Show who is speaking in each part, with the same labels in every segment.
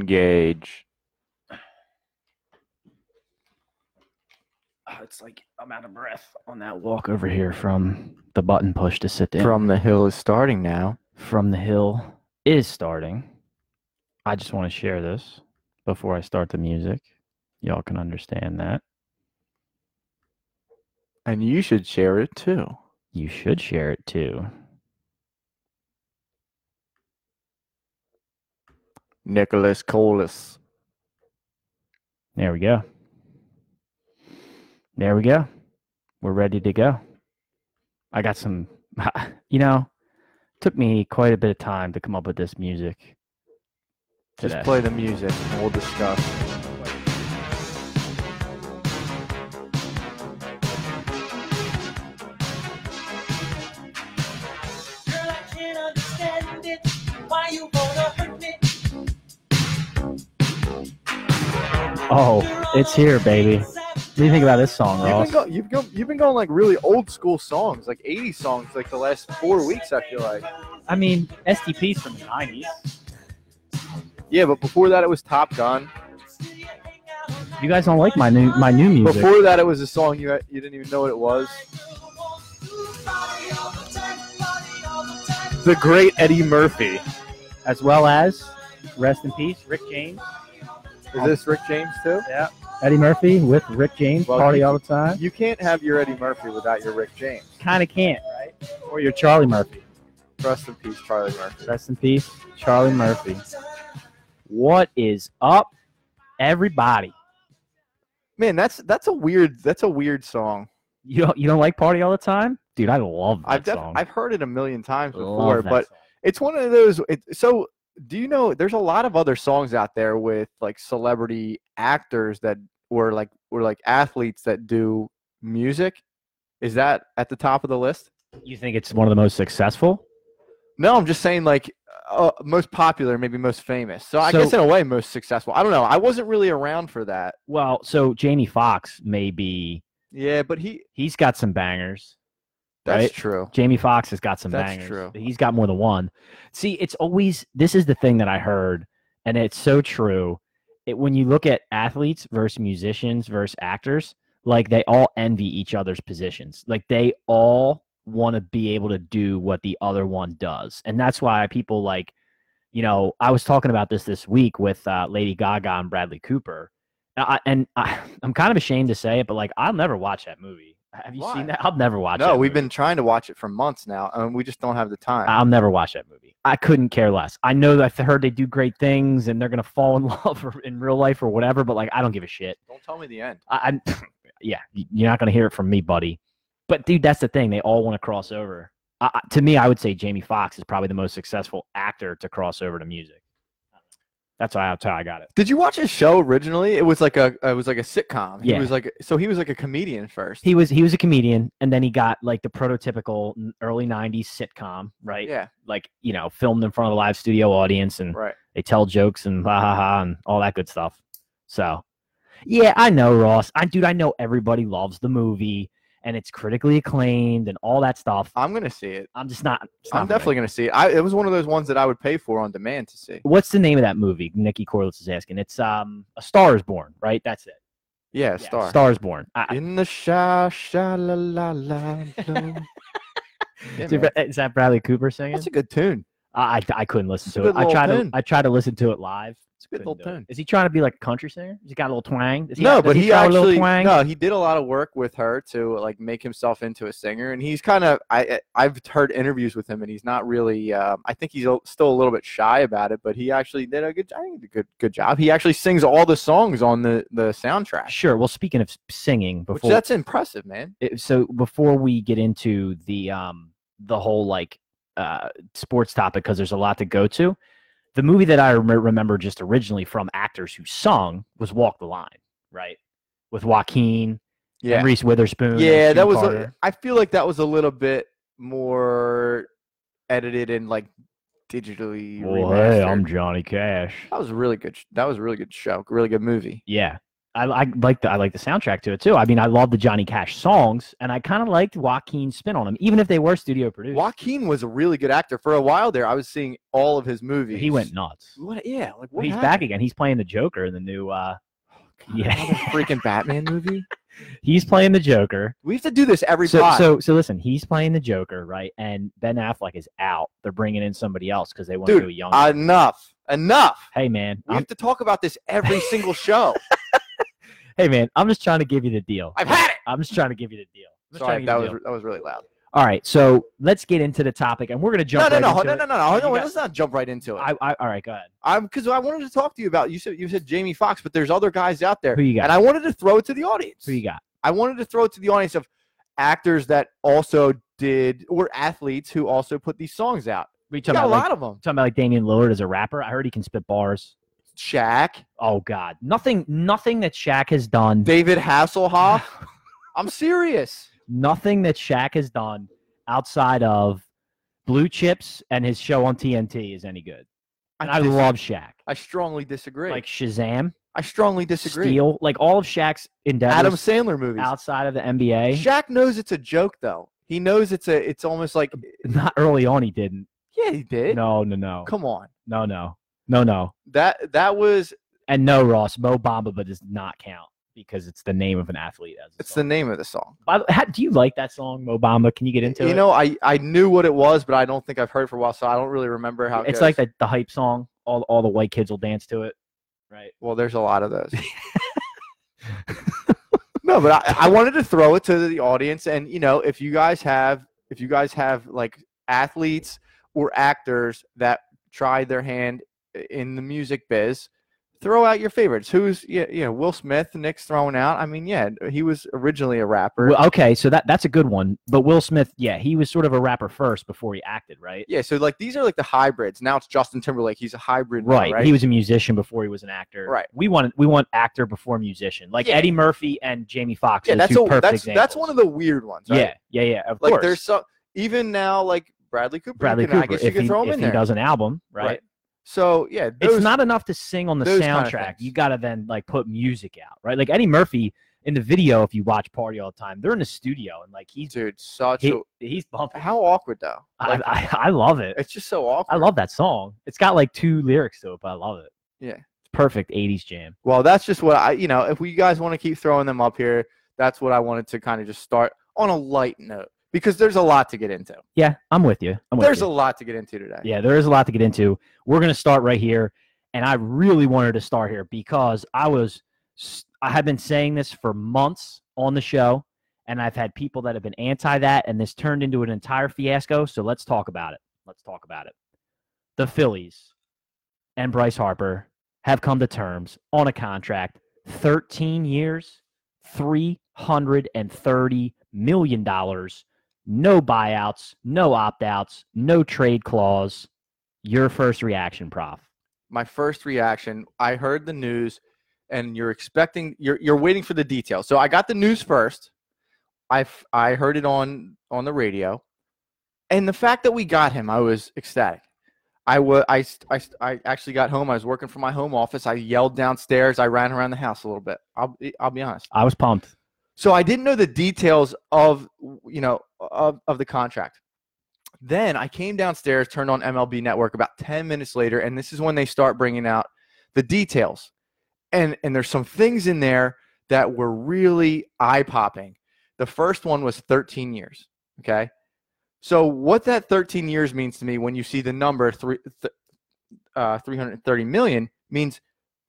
Speaker 1: Engage.
Speaker 2: Oh, it's like I'm out of breath on that walk over here from the button push to sit down.
Speaker 1: From the hill is starting now.
Speaker 2: from the hill is starting. I just want to share this before I start the music. Y'all can understand that.
Speaker 1: And you should share it too.
Speaker 2: You should share it too.
Speaker 1: Nicholas Colas.
Speaker 2: There we go. There we go. We're ready to go. I got some, you know, took me quite a bit of time to come up with this music.
Speaker 1: Just
Speaker 2: today.
Speaker 1: play the music and we'll discuss.
Speaker 3: Girl, I can't understand it. Why you wanna hurt me?
Speaker 2: Oh, it's here, baby. What do you think about this song,
Speaker 1: You've
Speaker 2: Ross?
Speaker 1: been, go- you've, go- you've been going like really old school songs, like 80 songs, like the last four weeks, I feel like.
Speaker 2: I mean, STP's from the 90s.
Speaker 1: Yeah, but before that it was Top Gun.
Speaker 2: You guys don't like my new my new music.
Speaker 1: Before that it was a song you you didn't even know what it was. The great Eddie Murphy.
Speaker 2: as well as rest in peace, Rick James.
Speaker 1: Is this Rick James too?
Speaker 2: Yeah, Eddie Murphy with Rick James,
Speaker 1: Well,
Speaker 2: party
Speaker 1: you-
Speaker 2: all the time.
Speaker 1: You can't have your Eddie Murphy without your Rick James.
Speaker 2: Kind of can't, right? Or your Charlie Murphy.
Speaker 1: Rest in peace, Charlie Murphy.
Speaker 2: Rest in peace, Charlie Murphy. What is up, everybody?
Speaker 1: Man, that's that's a weird that's a weird song.
Speaker 2: You don't you don't like party all the time, dude? I love that
Speaker 1: I've def-
Speaker 2: song.
Speaker 1: I've heard it a million times
Speaker 2: Love
Speaker 1: before,
Speaker 2: that
Speaker 1: but
Speaker 2: song.
Speaker 1: it's one of those it, so do you know there's a lot of other songs out there with like celebrity actors that were like were like athletes that do music is that at the top of the list
Speaker 2: you think it's one of the most successful?
Speaker 1: no i'm just saying like uh, most popular maybe most famous so i
Speaker 2: So-
Speaker 1: guess in a way most successful i don't know i wasn't really around for that
Speaker 2: Well, so Jamie Foxx may be.
Speaker 1: yeah but he
Speaker 2: He's got some bangers.
Speaker 1: that's
Speaker 2: Right?
Speaker 1: true
Speaker 2: Jamie Foxx has got some
Speaker 1: That's
Speaker 2: bangers.
Speaker 1: true.
Speaker 2: He's got more than one. See, it's always this is the thing that I heard, and it's so true. It, when you look at athletes versus musicians versus actors, like they all envy each other's positions. Like they all want to be able to do what the other one does, and that's why people like, you know, I was talking about this this week with uh, Lady Gaga and Bradley Cooper, and, I, and I, I'm kind of ashamed to say it, but like I'll never watch that movie. Have you
Speaker 1: Why?
Speaker 2: seen that? I'll never watch.
Speaker 1: no
Speaker 2: that
Speaker 1: we've
Speaker 2: movie.
Speaker 1: been trying to watch it for months now and we just don't have the time
Speaker 2: I'll never watch that movie. I couldn't care less. I know that I've heard they do great things and they're gonna fall in love or, in real life or whatever, but like I don't give a shit.
Speaker 1: don't tell me the end
Speaker 2: I, I'm, yeah, y- you're not gonna hear it from me, buddy. But dude, that's the thing. They all want to cross over. I, I- to me, I would say Jamie Foxx is probably the most successful actor to cross over to music. That's how I, that's how I got it.
Speaker 1: Did you watch his show originally? It was like a it was like a sitcom. He
Speaker 2: Yeah.
Speaker 1: was like so he was like a comedian first.
Speaker 2: He was he was a comedian, and then he got like the prototypical n- early '90s sitcom, right?
Speaker 1: yeah,
Speaker 2: Like you know, filmed in front of a live studio audience and
Speaker 1: right.
Speaker 2: they tell jokes and ha ha ha and all that good stuff. So, yeah, I know Ross. I dude, I know everybody loves the movie and it's critically acclaimed and all that stuff.
Speaker 1: I'm gonna see it.
Speaker 2: I'm just not. it's
Speaker 1: I'm
Speaker 2: not for me.
Speaker 1: definitely gonna see it. I, it was one of those ones that I would pay for on demand to see.
Speaker 2: What's the name of that movie? Nikki Corliss is asking. It's um, A Star Is Born, right? That's it.
Speaker 1: Yeah,
Speaker 2: Yeah,
Speaker 1: star.
Speaker 2: Star Is Born. I, I-
Speaker 1: In the sha sha la la la. blow. Yeah,
Speaker 2: is it
Speaker 1: man.
Speaker 2: Bra- is that Bradley Cooper singing?
Speaker 1: That's a good tune.
Speaker 2: I I I couldn't listen
Speaker 1: it's a
Speaker 2: to it.
Speaker 1: good
Speaker 2: I
Speaker 1: little
Speaker 2: tried to
Speaker 1: tune.
Speaker 2: I tried to listen to it live.
Speaker 1: It's a good
Speaker 2: Couldn't
Speaker 1: little
Speaker 2: do it.
Speaker 1: tune.
Speaker 2: Is he trying to be like a country singer? Has he got a little twang? Does he
Speaker 1: no,
Speaker 2: have- does
Speaker 1: but he
Speaker 2: throw a little
Speaker 1: actually
Speaker 2: twang?
Speaker 1: no, he did a lot of work with her to like make himself into a singer, and he's kind of I I- I've heard interviews with him, and he's not really. Um, I think he's a- still a little bit shy about it, but he actually did a good. I think he did a good good job. He actually sings all the songs on the the soundtrack,
Speaker 2: Sure. Well, speaking of s- singing,
Speaker 1: which
Speaker 2: before
Speaker 1: that's impressive, man.
Speaker 2: it- eh, so before we get into the um the whole like uh sports topic because there's a lot to go to the movie that i rem- remember just originally from actors who sung was walk the line right with joaquin
Speaker 1: Yeah,
Speaker 2: and reese witherspoon and
Speaker 1: yeah,
Speaker 2: Sue
Speaker 1: that was. A,
Speaker 2: Carter.
Speaker 1: I feel like that was a little bit more edited and like digitally
Speaker 2: well
Speaker 1: remastered.
Speaker 2: hey i'm johnny cash
Speaker 1: that was a really good. sh- That was a really good show. Really good movie.
Speaker 2: yeah I, I like the I like the soundtrack to it too. I mean, I love the Johnny Cash songs, and I kind of liked Joaquin's spin on them, even if they were studio produced.
Speaker 1: Joaquin was a really good actor for a while there. I was seeing all of his movies.
Speaker 2: he went nuts.
Speaker 1: What? Yeah. Like
Speaker 2: Well,
Speaker 1: what?
Speaker 2: he's back
Speaker 1: happened? Oh,
Speaker 2: again. He's playing the Joker in the new. uh
Speaker 1: God,
Speaker 2: Yeah.
Speaker 1: another freaking Batman movie.
Speaker 2: He's playing the Joker.
Speaker 1: We have to do this every
Speaker 2: So,
Speaker 1: pod.
Speaker 2: so so listen, he's playing the Joker, right? And Ben Affleck is out. They're bringing in somebody else because they want to
Speaker 1: Dude,
Speaker 2: do a young.
Speaker 1: enough. Enough.
Speaker 2: hey man,
Speaker 1: We
Speaker 2: I'm,
Speaker 1: have to talk about this every single show.
Speaker 2: hey man, I'm just trying to give you the deal.
Speaker 1: I've had it.
Speaker 2: I'm just trying to give you the deal. I'm just trying
Speaker 1: Sorry,
Speaker 2: to
Speaker 1: that
Speaker 2: give you
Speaker 1: was
Speaker 2: the deal.
Speaker 1: that was really loud.
Speaker 2: All right, so let's get into the topic, and we're gonna
Speaker 1: No,
Speaker 2: jump.
Speaker 1: no,
Speaker 2: right
Speaker 1: no, no,
Speaker 2: into
Speaker 1: no,
Speaker 2: it.
Speaker 1: no, no, no.
Speaker 2: You got-
Speaker 1: Let's not jump right into it.
Speaker 2: I, I, all right, go ahead.
Speaker 1: I'm because I wanted to talk to you about you said you said Jamie Foxx, but there's other guys out there,
Speaker 2: Who you got?
Speaker 1: and I wanted to throw it to the audience.
Speaker 2: Who you got?
Speaker 1: I wanted to throw it to the audience of actors that also did or athletes who also put these songs out.
Speaker 2: We
Speaker 1: You
Speaker 2: talking
Speaker 1: got a
Speaker 2: about like,
Speaker 1: lot of them.
Speaker 2: talking about like Damian Lillard as a rapper. I heard he can spit bars.
Speaker 1: Shaq,
Speaker 2: Oh God, nothing, nothing that Shaq has done.
Speaker 1: David Hasselhoff. I'm serious.
Speaker 2: nothing that Shaq has done outside of Blue Chips and his show on TNT is any good. And I
Speaker 1: dis-
Speaker 2: love Shaq.
Speaker 1: I strongly disagree.
Speaker 2: Like Shazam,
Speaker 1: I strongly disagree.
Speaker 2: Steel, like all of Shaq's
Speaker 1: Adam
Speaker 2: endeavors
Speaker 1: Sandler movies.
Speaker 2: outside of the NBA.
Speaker 1: Shaq knows it's a joke though. He knows it's a. It's almost like
Speaker 2: Not early on, he didn't.
Speaker 1: yeah, he did.
Speaker 2: No, no, no,
Speaker 1: Come on,
Speaker 2: no, no, no, no,
Speaker 1: that that was.
Speaker 2: and no. Ross Mo Bamba, but does not count because it's the name of an athlete. As a
Speaker 1: It's the
Speaker 2: song.
Speaker 1: name of the song.
Speaker 2: By the how, do you like that song, Mo Bamba? Can you get into
Speaker 1: you
Speaker 2: it?
Speaker 1: know, I, I knew what it was, but I don't think I've heard it for a while, so I don't really remember how. It
Speaker 2: it's like
Speaker 1: goes.
Speaker 2: the, the hype song. All all the white kids will dance to it, right?
Speaker 1: Well, there's a lot of those. no, but I, I wanted to throw it to the audience, and you know, if you guys have, if you guys have like athletes or actors that tried their hand i- in the music biz. Throw out your favorites. Who's yeah, you know, Will Smith? Nick's thrown out. I mean, yeah, he was originally a rapper.
Speaker 2: Well, okay, so that that's a good one. But Will Smith, yeah, he was sort of a rapper first before he acted, right?
Speaker 1: yeah, so like these are like the hybrids. Now it's Justin Timberlake. He's a hybrid. now,
Speaker 2: Right.
Speaker 1: right.
Speaker 2: He was a musician before he was an actor.
Speaker 1: Right.
Speaker 2: We want we want actor before musician, like
Speaker 1: Yeah.
Speaker 2: Eddie Murphy and Jamie Foxx.
Speaker 1: yeah,
Speaker 2: are
Speaker 1: that's
Speaker 2: two
Speaker 1: a,
Speaker 2: perfect
Speaker 1: that's
Speaker 2: examples.
Speaker 1: that's one of the weird ones. Right?
Speaker 2: Yeah, yeah, yeah. Of
Speaker 1: like
Speaker 2: course.
Speaker 1: there's some even now like Bradley Cooper. you
Speaker 2: Bradley
Speaker 1: can-
Speaker 2: Cooper.
Speaker 1: I guess you
Speaker 2: if
Speaker 1: could
Speaker 2: he,
Speaker 1: throw him
Speaker 2: if
Speaker 1: in
Speaker 2: he
Speaker 1: there.
Speaker 2: does an album, right?
Speaker 1: Right. So yeah, those-
Speaker 2: it's not enough to sing on the
Speaker 1: those kinda
Speaker 2: soundtrack. you
Speaker 1: things.
Speaker 2: got to then like put music out, right? Like Eddie Murphy in the video, if you watch Party All the Time, they're in the studio and like he's
Speaker 1: dude such.
Speaker 2: he,
Speaker 1: a,
Speaker 2: he's bumping.
Speaker 1: how awkward though. Like,
Speaker 2: I, I I love it.
Speaker 1: it's just so awkward.
Speaker 2: I love that song. It's got like two lyrics to it, but I love it.
Speaker 1: Yeah.
Speaker 2: It's perfect 80s jam.
Speaker 1: well, that's just what I you know. If we guys want to keep throwing them up here, that's what I wanted to kind of just start on a light note because there's a lot to get into.
Speaker 2: Yeah, I'm with you. I'm with
Speaker 1: There's a
Speaker 2: you.
Speaker 1: lot to get into today.
Speaker 2: Yeah, there is a lot to get into. We're going to start right here. And I really wanted to start here because I was, s- I have been saying this for months on the show. And I've had people that have been anti that. And this turned into an entire fiasco. So let's talk about it. Let's talk about it. The Phillies and Bryce Harper have come to terms on a contract 13 years, $330 million no buyouts, no opt outs, no trade clause. Your first reaction, Prof.
Speaker 1: my first reaction i heard the news and you're expecting you're, you're waiting for the details so i got the news first i f- i heard it on on the radio and the fact that we got him i was ecstatic I wa- I st- I st- I actually got home i was working from my home office i yelled downstairs i ran around the house a little bit i'll be, i'll be honest
Speaker 2: I was pumped.
Speaker 1: so I didn't know the details of you know of, of the contract. Then I came downstairs, turned on MLB Network about 10 minutes later, and this is when they start bringing out the details. And and there's some things in there that were really eye popping. The first one was 13 years. Okay. So what that 13 years means to me when you see the number three, th- uh, 330 million means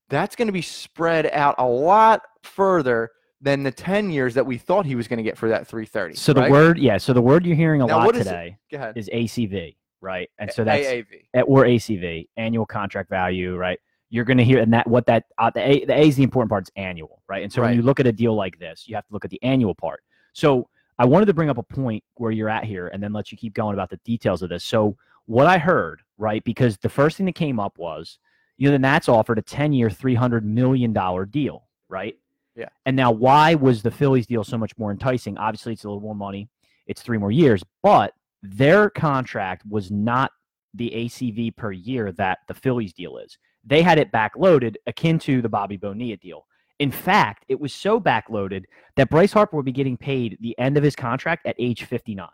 Speaker 1: that's going to be spread out a lot further than the 10 years that we thought he was going to get for that 330.
Speaker 2: So the
Speaker 1: right?
Speaker 2: word, yeah, so the word you're hearing a
Speaker 1: Now,
Speaker 2: lot
Speaker 1: what is it?
Speaker 2: today
Speaker 1: Go ahead.
Speaker 2: is ACV, right? And so that's
Speaker 1: AAV.
Speaker 2: or ACV, annual contract value, right? You're going to hear and that what that uh, the A, the A is the important part. It's annual, right? And so when
Speaker 1: Right.
Speaker 2: you look at a deal like this, you have to look at the annual part. So I wanted to bring up a point where you're at here, and then let you keep going about the details of this. So what I heard, right? Because the first thing that came up was, you know, the Nats offered a 10 year, 300 million dollar deal, right?
Speaker 1: Yeah.
Speaker 2: And now, why was the Phillies deal so much more enticing? Obviously, it's a little more money. It's three more years, but their contract was not the ACV per year that the Phillies deal is. They had it backloaded akin to the Bobby Bonilla deal. In fact, it was so backloaded that Bryce Harper would be getting paid the end of his contract at age 59.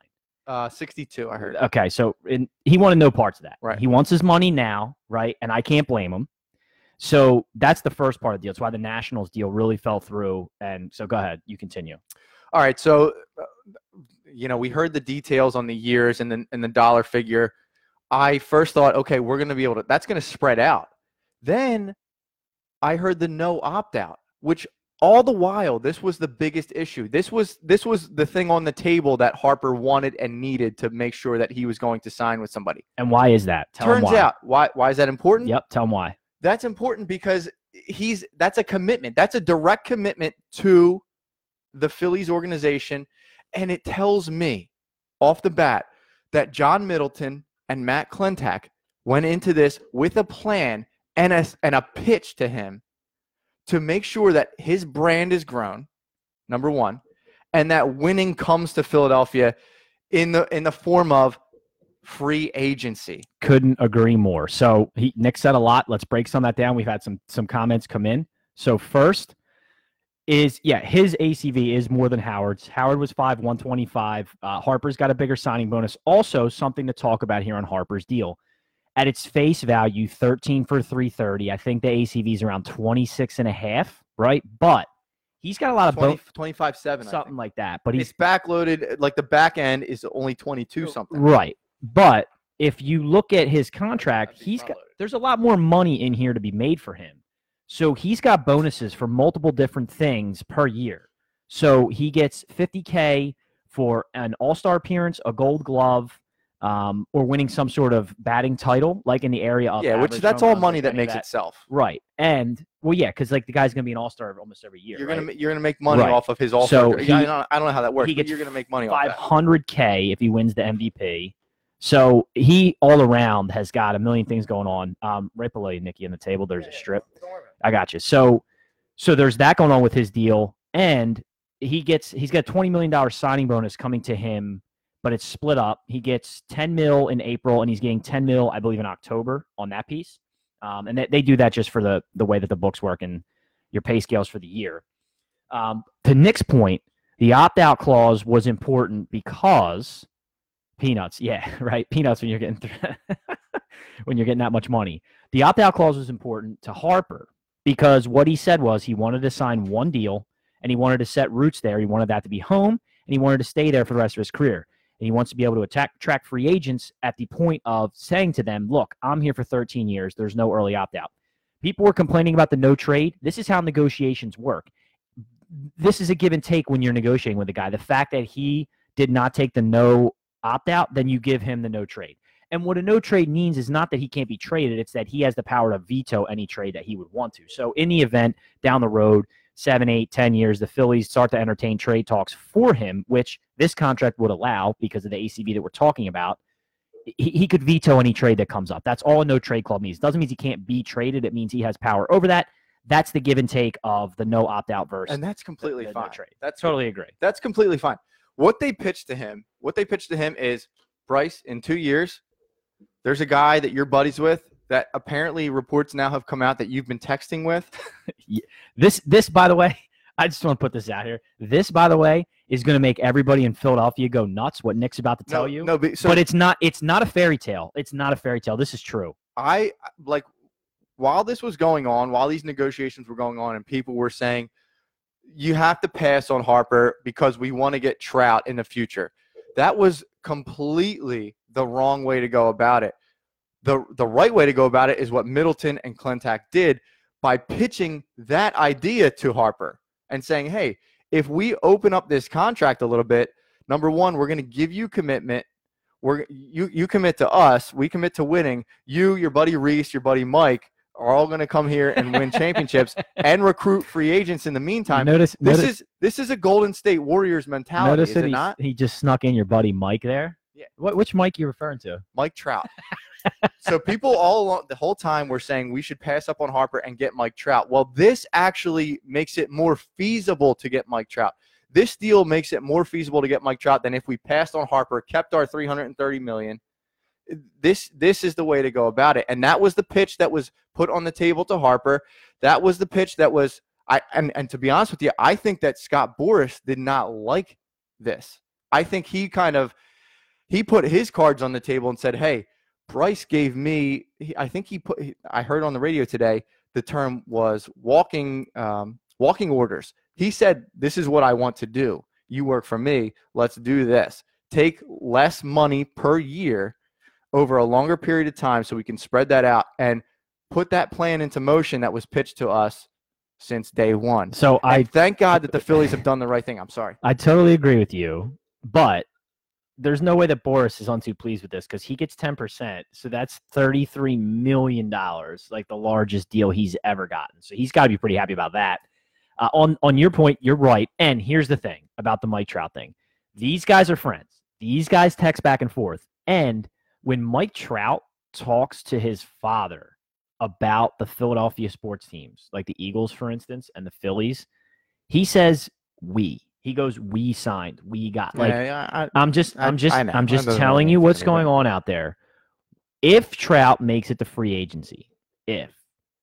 Speaker 1: Uh, 62, I heard.
Speaker 2: Okay, so and he wanted no parts of that.
Speaker 1: Right.
Speaker 2: He wants his money now, right? And I can't blame him. So that's the first part of the deal. It's why the Nationals deal really fell through. And so go ahead, you continue.
Speaker 1: All right, so uh, you know we heard the details on the years and the and the dollar figure. I first thought, okay, we're going to be able to. That's going to spread out. Then I heard the no opt out, which all the while this was the biggest issue. This was this was the thing on the table that Harper wanted and needed to make sure that he was going to sign with somebody.
Speaker 2: And why is that? Tell 'em
Speaker 1: Turns
Speaker 2: why.
Speaker 1: out, why why is that important?
Speaker 2: Yep, tell him why.
Speaker 1: that's important because he's that's a commitment that's a direct commitment to the phillies organization and it tells me off the bat that john middleton and matt clintack went into this with a plan and a, s- and a pitch to him to make sure that his brand is grown number one and that winning comes to philadelphia in the in the form of free agency
Speaker 2: Couldn't agree more. So he, Nick said a lot. Let's break some of that down. We've had some some comments come in. So first is yeah, his ACV is more than Howard's. Howard was five one twenty five. Uh, Harper's got a bigger signing bonus. Also something to talk about here on Harper's deal. At its face value, thirteen for three thirty. I think the ACV is around 26 and a half, right? But he's got a lot of
Speaker 1: 20,
Speaker 2: both
Speaker 1: 25 7
Speaker 2: Uh, something like that. But he's
Speaker 1: it's backloaded. Like the back end is only 22 something.
Speaker 2: Right. But if you look at his contract,
Speaker 1: That'd be
Speaker 2: he's got
Speaker 1: front-loaded.
Speaker 2: there's a lot more money in here to be made for him. So he's got bonuses for multiple different things per year. So he gets 50k for an all-star appearance, a gold glove, um, or winning some sort of batting title, like in the area of
Speaker 1: Yeah, which
Speaker 2: average
Speaker 1: that's
Speaker 2: home
Speaker 1: all
Speaker 2: runs,
Speaker 1: money
Speaker 2: like
Speaker 1: that
Speaker 2: any of
Speaker 1: makes itself.
Speaker 2: right. And well, yeah, because like the guy's gonna be an all-star almost every year.
Speaker 1: You're
Speaker 2: right?
Speaker 1: gonna ma- you're gonna make money
Speaker 2: Right.
Speaker 1: off of his all.
Speaker 2: So
Speaker 1: I,
Speaker 2: he-
Speaker 1: don't, I don't know how that works.
Speaker 2: he
Speaker 1: but
Speaker 2: gets
Speaker 1: you're gonna make money off
Speaker 2: five
Speaker 1: that.
Speaker 2: hundred k if he wins the MVP. So he all around has got a million things going on. Um, right below you, Nikki, on the table, there's a strip. I got you. So, so there's that going on with his deal, and he gets he's got a twenty million dollar signing bonus coming to him, but it's split up. He gets ten mil in April, and he's getting ten mil, I believe, in October on that piece. Um, and they, they do that just for the the way that the books work and your pay scales for the year. Um, to Nick's point, the opt out clause was important because peanuts, yeah, right, peanuts when you're getting when you're getting that much money. The opt out clause was important to Harper because what he said was he wanted to sign one deal and he wanted to set roots there. He wanted that to be home and he wanted to stay there for the rest of his career. And he wants to be able to attack, attract free agents at the point of saying to them, look, I'm here for 13 years. There's no early opt out. People were complaining about the no trade. This is how negotiations work. This is a give and take when you're negotiating with a guy. The fact that he did not take the no opt out, then you give him the no trade. And what a no trade means is not that he can't be traded, it's that he has the power to veto any trade that he would want to. So, in the event down the road, seven, eight, ten years, the Phillies start to entertain trade talks for him, which this contract would allow because of the ACV that we're talking about. He, he could veto any trade that comes up. That's all a no trade club means. Doesn't mean he can't be traded. It means he has power over that. That's the give and take of the no opt out versus.
Speaker 1: and that's completely
Speaker 2: the no
Speaker 1: fine.
Speaker 2: trade.
Speaker 1: That's
Speaker 2: totally agree.
Speaker 1: that's completely fine. What they pitched to him, what they pitched to him is Bryce. In two years, there's a guy that you're buddies with that apparently reports now have come out that you've been texting with.
Speaker 2: This, this, by the way, I just want to put this out here. This, by the way, is going to make everybody in Philadelphia go nuts. What Nick's about to tell
Speaker 1: no,
Speaker 2: you,
Speaker 1: no, but, so
Speaker 2: but it's not. It's not a fairy tale. It's not a fairy tale. This is true.
Speaker 1: I like while this was going on, while these negotiations were going on, and people were saying you have to pass on Harper because we want to get Trout in the future. That was completely the wrong way to go about it. The the right way to go about it is what Middleton and Clintack did by pitching that idea to Harper and saying, "Hey, if we open up this contract a little bit, number 1, we're going to give you commitment we're you you commit to us, we commit to winning. You, your buddy Reese, your buddy Mike are all going to come here and win championships and recruit free agents in the meantime.
Speaker 2: Notice,
Speaker 1: this
Speaker 2: notice,
Speaker 1: is this is a Golden State Warriors mentality,
Speaker 2: notice
Speaker 1: is
Speaker 2: that
Speaker 1: it
Speaker 2: he,
Speaker 1: not?
Speaker 2: he just snuck in your buddy Mike there.
Speaker 1: Yeah.
Speaker 2: What, which Mike you referring to?
Speaker 1: Mike Trout. so people all along the whole time were saying we should pass up on Harper and get Mike Trout. Well, this actually makes it more feasible to get Mike Trout. This deal makes it more feasible to get Mike Trout than if we passed on Harper, kept our 330 million. This this is the way to go about it. And that was the pitch that was put on the table to Harper. That was the pitch that was I and, and to be honest with you, I think that Scott Boris did not like this. I think he kind of he put his cards on the table and said, "Hey, Bryce gave me." He, I think he put. he- I heard on the radio today the term was walking um, walking orders. He said, "This is what I want to do. You work for me. Let's do this. Take less money per year over a longer period of time, so we can spread that out and put that plan into motion that was pitched to us since day one."
Speaker 2: So I
Speaker 1: I thank God that the Phillies have done the right thing. I'm sorry.
Speaker 2: I totally agree with you, but there's no way that Boris is untoo pleased with this because he gets 10%. So that's $33 million, like the largest deal he's ever gotten. So he's got to be pretty happy about that. Uh, on, on your point, you're right. And here's the thing about the Mike Trout thing these guys are friends, these guys text back and forth. And when Mike Trout talks to his father about the Philadelphia sports teams, like the Eagles, for instance, and the Phillies, he says, we. He goes, we signed, we got. Like,
Speaker 1: Yeah, I- I-
Speaker 2: I'm just,
Speaker 1: I-
Speaker 2: I'm just,
Speaker 1: I know.
Speaker 2: I'm
Speaker 1: That
Speaker 2: just
Speaker 1: doesn't really
Speaker 2: telling
Speaker 1: mean
Speaker 2: you what's
Speaker 1: anything,
Speaker 2: going
Speaker 1: but-
Speaker 2: on out there. If Trout makes it to free agency, if,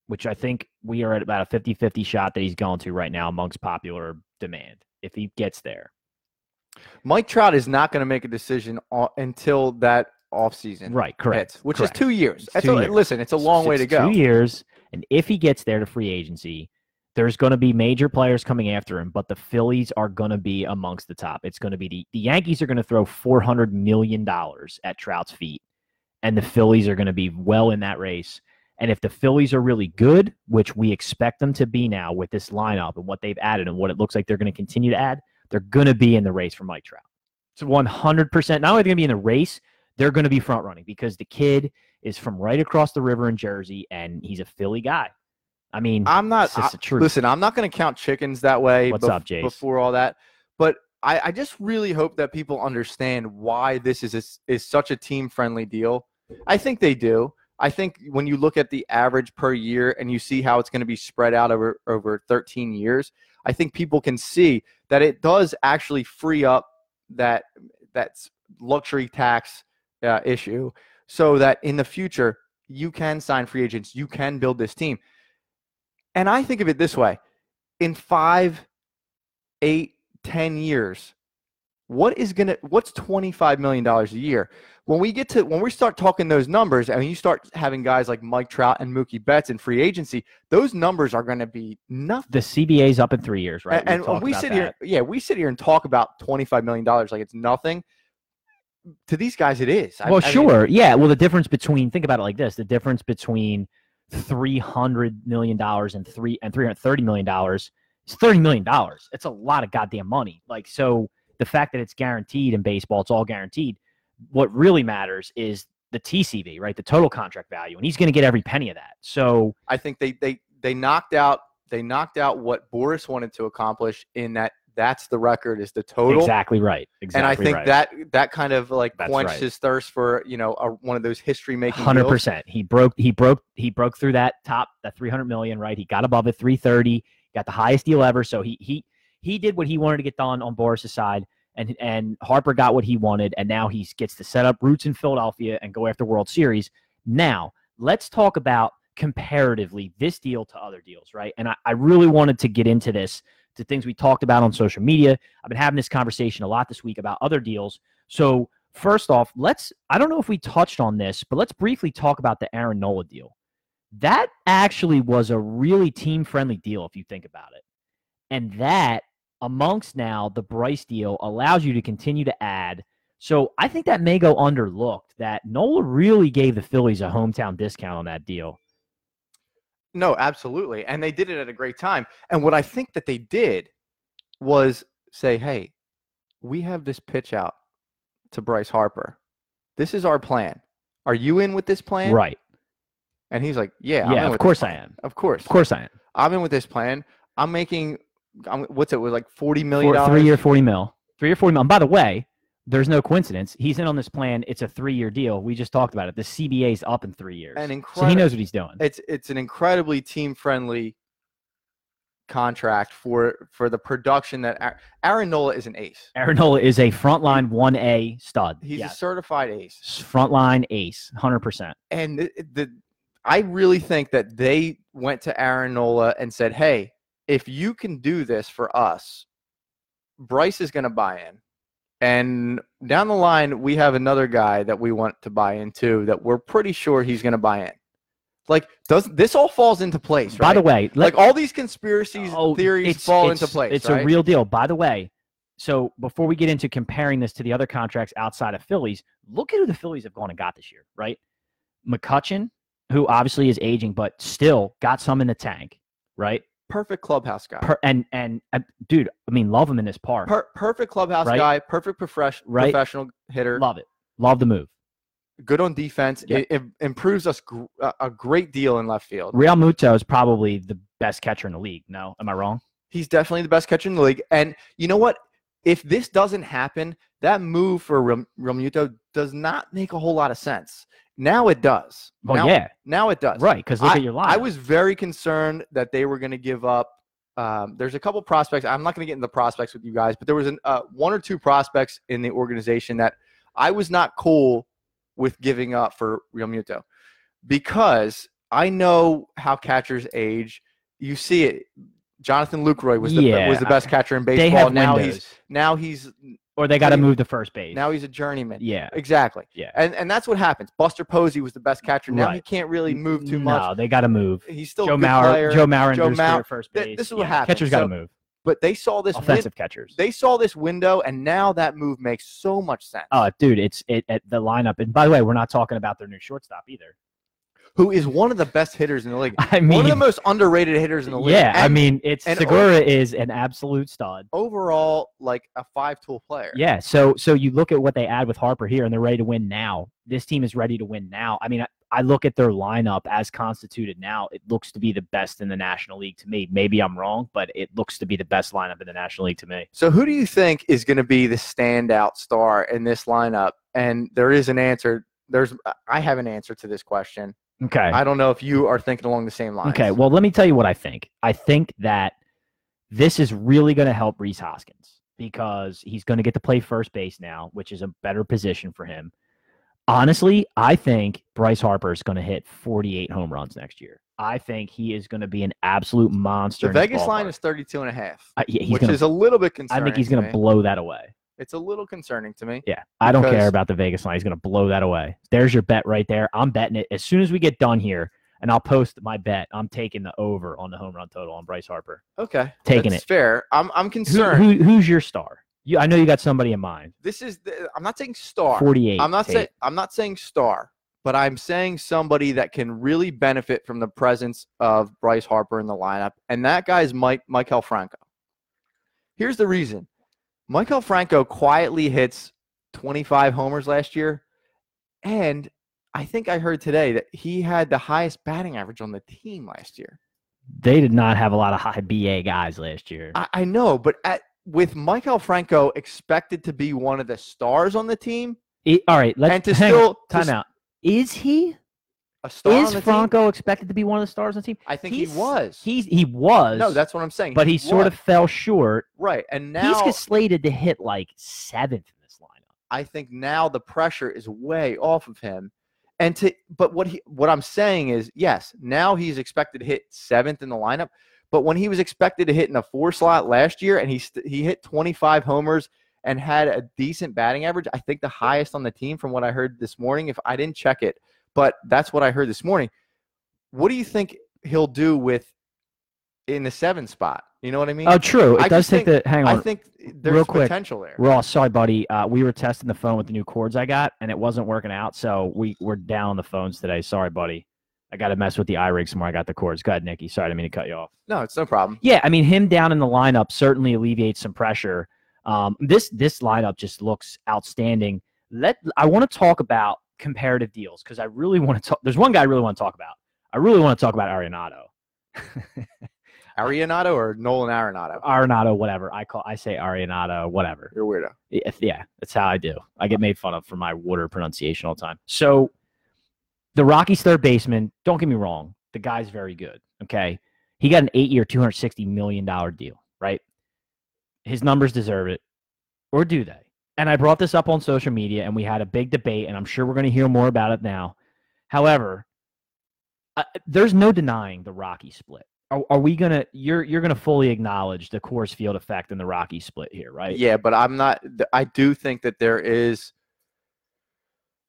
Speaker 2: which I think we are at about a 50 50 shot that he's going to right now amongst popular demand, if he gets there.
Speaker 1: Mike Trout is not going to make a decision o- until that offseason.
Speaker 2: Right, correct.
Speaker 1: hits, which
Speaker 2: correct.
Speaker 1: is two years.
Speaker 2: It's
Speaker 1: That's
Speaker 2: two
Speaker 1: a-
Speaker 2: years.
Speaker 1: Listen, it's a long way to
Speaker 2: It's
Speaker 1: go.
Speaker 2: Two years. And if he gets there to free agency, there's going to be major players coming after him, but the Phillies are going to be amongst the top. It's going to be the, the Yankees are going to throw $400 million at Trout's feet, and the Phillies are going to be well in that race. And if the Phillies are really good, which we expect them to be now with this lineup and what they've added and what it looks like they're going to continue to add, they're going to be in the race for Mike Trout. It's 100%. Not only are they going to be in the race, they're going to be front running because the kid is from right across the river in Jersey, and he's a Philly guy. I mean,
Speaker 1: I'm not.
Speaker 2: it's just the truth.
Speaker 1: Listen, I'm not going to count chickens that way.
Speaker 2: What's up, Jace?
Speaker 1: Before all that, but I, I just really hope that people understand why this is is, is such a team friendly deal. I think they do. I think when you look at the average per year and you see how it's going to be spread out over over 13 years, I think people can see that it does actually free up that that s- luxury tax uh, issue, so that in the future you can sign free agents, you can build this team. And I think of it this way in five, eight, ten years, what is gonna what's $25 million a year? When we get to when we start talking those numbers and you start having guys like Mike Trout and Mookie Betts in free agency, those numbers are gonna be nothing.
Speaker 2: the CBA's up in three years, right?
Speaker 1: A- and
Speaker 2: We've talked
Speaker 1: we
Speaker 2: about
Speaker 1: sit
Speaker 2: that.
Speaker 1: here, yeah, we sit here and talk about $25 million like it's nothing. To these guys, it is. I-
Speaker 2: Well,
Speaker 1: I mean,
Speaker 2: sure, yeah. Well, the difference between think about it like this: the difference between three hundred million dollars and three and three hundred thirty million dollars is thirty million dollars. It's a lot of goddamn money. Like, so the fact that it's guaranteed in baseball, it's all guaranteed. What really matters is the TCV, right? The total contract value, and he's going to get every penny of that. So
Speaker 1: I think they they they knocked out they knocked out what Boris wanted to accomplish in that that's the record is the total.
Speaker 2: exactly right.
Speaker 1: And
Speaker 2: Exactly
Speaker 1: I think
Speaker 2: right.
Speaker 1: that that kind of like
Speaker 2: That's
Speaker 1: quenched
Speaker 2: right.
Speaker 1: his thirst for you know a, one of those history making.
Speaker 2: Hundred percent. He broke. He broke. He broke through that top, that three hundred million. Right. He got above it, three thirty. Got the highest deal ever. So he he he did what he wanted to get done on Boris's side, and and Harper got what he wanted, and now he gets to set up roots in Philadelphia and go after World Series. Now let's talk about comparatively this deal to other deals, right? And I, I really wanted to get into this to things we talked about on social media. I've been having this conversation a lot this week about other deals. So first off, let's I don't know if we touched on this, but let's briefly talk about the Aaron Nola deal. That actually was a really team friendly deal if you think about it. And that amongst now the Bryce deal allows you to continue to add. So I think that may go underlooked that Nola really gave the Phillies a hometown discount on that deal.
Speaker 1: No, absolutely, and they did it at a great time. And what I think that they did was say, "Hey, we have this pitch out to Bryce Harper. This is our plan. Are you in with this plan?"
Speaker 2: Right.
Speaker 1: And he's like, "Yeah, I'm in
Speaker 2: Yeah,
Speaker 1: with
Speaker 2: of
Speaker 1: this
Speaker 2: course I
Speaker 1: plan.
Speaker 2: am.
Speaker 1: Of course,
Speaker 2: Of course I am.
Speaker 1: I'm in with this plan. I'm making, I'm, what's it was like forty million
Speaker 2: Four,
Speaker 1: dollars.
Speaker 2: three year, 40 mil. Three or 40 mil. And by the way, there's no coincidence. He's in on this plan. It's a three year deal. We just talked about it. The CBA's up in three years.
Speaker 1: An
Speaker 2: so he
Speaker 1: incredible.
Speaker 2: knows what he's doing.
Speaker 1: it's it's an incredibly team friendly contract for for the production that Ar- Aaron Nola is an ace.
Speaker 2: Aaron Nola is a frontline 1A stud.
Speaker 1: He's a
Speaker 2: yes.
Speaker 1: certified ace,
Speaker 2: frontline ace, 100%.
Speaker 1: and the, the I really think that they went to Aaron Nola and said, "Hey, if you can do this for us, Bryce is going to buy in. And down the line, we have another guy that we want to buy into that we're pretty sure he's going to buy in. Like, does this all falls into place?
Speaker 2: By
Speaker 1: right?
Speaker 2: the way,
Speaker 1: like
Speaker 2: let,
Speaker 1: all these conspiracies
Speaker 2: Oh,
Speaker 1: theories
Speaker 2: it's-
Speaker 1: fall
Speaker 2: it's-
Speaker 1: into place.
Speaker 2: It's
Speaker 1: right?
Speaker 2: a real deal. By the way, so before we get into comparing this to the other contracts outside of Phillies, look at who the Phillies have gone and got this year, right? McCutcheon, who obviously is aging, but still got some in the tank, right?
Speaker 1: perfect clubhouse guy.
Speaker 2: Per, and and uh, dude, I mean, love him in this park.
Speaker 1: Per- perfect clubhouse
Speaker 2: Right?
Speaker 1: guy. Perfect profesh-
Speaker 2: Right?
Speaker 1: professional hitter.
Speaker 2: love it. Love the move.
Speaker 1: Good on defense.
Speaker 2: Yeah.
Speaker 1: It, it improves us gr- a- a great deal in left field.
Speaker 2: Real Muto is probably the best catcher in the league. No, am I wrong?
Speaker 1: He's definitely the best catcher in the league. And you know what? If this doesn't happen, that move for Rom- Romuto does not make a whole lot of sense. Now it does.
Speaker 2: Well,
Speaker 1: now,
Speaker 2: yeah,
Speaker 1: now it does.
Speaker 2: right. Because look at your line.
Speaker 1: I was very concerned that they were going to give up. Um, there's a couple prospects. I'm not going to get into the prospects with you guys, but there was an, uh, one or two prospects in the organization that I was not cool with giving up for Real Muto because I know how catchers age. You see it. Jonathan Lucroy was the,
Speaker 2: Yeah,
Speaker 1: was the best catcher in
Speaker 2: they
Speaker 1: baseball.
Speaker 2: have
Speaker 1: Now
Speaker 2: windows,
Speaker 1: he's now he's
Speaker 2: or they got to
Speaker 1: they-
Speaker 2: move to first base.
Speaker 1: now he's a journeyman.
Speaker 2: yeah,
Speaker 1: Exactly.
Speaker 2: Yeah.
Speaker 1: And and that's what happens. Buster Posey was the best catcher. Now he
Speaker 2: Right.
Speaker 1: can't really move too
Speaker 2: No,
Speaker 1: much.
Speaker 2: they got to move.
Speaker 1: He's still a
Speaker 2: Joe
Speaker 1: good
Speaker 2: Mauer,
Speaker 1: player.
Speaker 2: Joe Mauer, and
Speaker 1: Joe
Speaker 2: Drew Steer
Speaker 1: Mauer-
Speaker 2: at first
Speaker 1: Th-
Speaker 2: base.
Speaker 1: this is what
Speaker 2: Yeah,
Speaker 1: happened.
Speaker 2: Catchers got
Speaker 1: So-
Speaker 2: to move.
Speaker 1: but they saw this win-
Speaker 2: Offensive catchers.
Speaker 1: they saw this window and now that move makes so much sense
Speaker 2: Oh, dude, it's it at the lineup. And by the way, we're not talking about their new shortstop either.
Speaker 1: who is one of the best hitters in the league
Speaker 2: I
Speaker 1: one of the
Speaker 2: mean,
Speaker 1: most underrated hitters in the league
Speaker 2: yeah, I
Speaker 1: and
Speaker 2: mean, it's
Speaker 1: and-
Speaker 2: Segura is an absolute stud.
Speaker 1: overall like a five tool player
Speaker 2: Yeah, so so you look at what they add with Harper here, and they're ready to win now. This team is ready to win now. I mean, I, I look at their lineup as constituted now. It looks to be the best in the National League to me. Maybe I'm wrong, but it looks to be the best lineup in the National League to me.
Speaker 1: so who do you think is going to be the standout star in this lineup and there is an answer there's i have an answer to this question
Speaker 2: Okay,
Speaker 1: i don't know if you are thinking along the same lines
Speaker 2: Okay, well, let me tell you what I think. I think that this is really going to help Reese Hoskins because he's going to get to play first base now, which is a better position for him. Honestly, I think Bryce Harper is going to hit 48 home runs next year. I think he is going to be an absolute monster.
Speaker 1: the
Speaker 2: in his
Speaker 1: vegas line
Speaker 2: ballpark.
Speaker 1: is 32 and a half
Speaker 2: I, yeah, he's
Speaker 1: which
Speaker 2: gonna,
Speaker 1: is a little bit
Speaker 2: I
Speaker 1: concerning
Speaker 2: think he's
Speaker 1: to
Speaker 2: going to
Speaker 1: me.
Speaker 2: blow that away.
Speaker 1: it's a little concerning to me
Speaker 2: Yeah, I don't
Speaker 1: Because-
Speaker 2: care about the Vegas line. He's going to blow that away. There's your bet right there. I'm betting it as soon as we get done here, and I'll post my bet. I'm taking the over on the home run total on Bryce Harper.
Speaker 1: okay
Speaker 2: Taking
Speaker 1: that's
Speaker 2: it.
Speaker 1: fair i'm, I'm
Speaker 2: Who,
Speaker 1: concerned
Speaker 2: who, who's your star? You, I know you got somebody in mind.
Speaker 1: this is the, i'm not saying star
Speaker 2: Forty-eight.
Speaker 1: I'm not
Speaker 2: Tate.
Speaker 1: saying I'm not saying star, but I'm saying somebody that can really benefit from the presence of Bryce Harper in the lineup, and that guy is Mike Michael Franco. Here's the reason: Michael Franco quietly hits 25 homers last year, and I think I heard today that he had the highest batting average on the team last year.
Speaker 2: they did not have a lot of high BA guys last year.
Speaker 1: I, I know, but at with Michael Franco expected to be one of the stars on the team,
Speaker 2: It- all right, let's
Speaker 1: and to
Speaker 2: hang on,
Speaker 1: still to
Speaker 2: time
Speaker 1: s-
Speaker 2: out. Is he?
Speaker 1: a star on
Speaker 2: Is
Speaker 1: the team,
Speaker 2: Franco expected to be one of the stars on the team?
Speaker 1: I think he
Speaker 2: He's-
Speaker 1: was.
Speaker 2: He's he was.
Speaker 1: No, that's what I'm saying.
Speaker 2: but he sort
Speaker 1: was.
Speaker 2: of fell short.
Speaker 1: right. And
Speaker 2: he's
Speaker 1: now
Speaker 2: just slated to hit like seventh in this lineup.
Speaker 1: I think now the pressure is way off of him. And to but what he what I'm saying is yes, now he's expected to hit seventh in the lineup. But when he was expected to hit in the four slot last year, and he st- he hit 25 homers and had a decent batting average, I think the highest on the team from what I heard this morning. If I didn't check it, but that's what I heard this morning. What do you think he'll do with in the seven spot? You know what I mean?
Speaker 2: Oh, true. It
Speaker 1: I
Speaker 2: does
Speaker 1: just
Speaker 2: take the. Hang on.
Speaker 1: I think there's
Speaker 2: quick,
Speaker 1: potential there.
Speaker 2: Ross, sorry, buddy. Uh, we were testing the phone with the new cords I got, and it wasn't working out, so we we're down on the phones today. Sorry, buddy. I got to mess with the iRig some more. I got the cords. Go ahead, Nikki. Sorry, I didn't mean to cut you off.
Speaker 1: No, it's no problem.
Speaker 2: Yeah, I mean him down in the lineup certainly alleviates some pressure. Um, this this lineup just looks outstanding. Let I want to talk about comparative deals because I really want to talk. There's one guy I really want to talk about. I really want to talk about Arenado.
Speaker 1: Arenado or Nolan Arenado?
Speaker 2: Arenado, whatever I call. I say Arenado, whatever.
Speaker 1: Uh, You're a weirdo.
Speaker 2: Yeah, yeah, that's how I do. I get made fun of for my water pronunciation all the time. So, the Rockies' third baseman. Don't get me wrong, the guy's very good. Okay, he got an eight-year, two hundred sixty million dollar deal. Right, his numbers deserve it, or do they? And I brought this up on social media, and we had a big debate, and I'm sure we're going to hear more about it now. However, uh, there's no denying the Rocky split. are, are we gonna you're you're gonna fully acknowledge the Coors Field effect and the Rocky split here, right?
Speaker 1: Yeah, but I'm not. th- I do think that there is.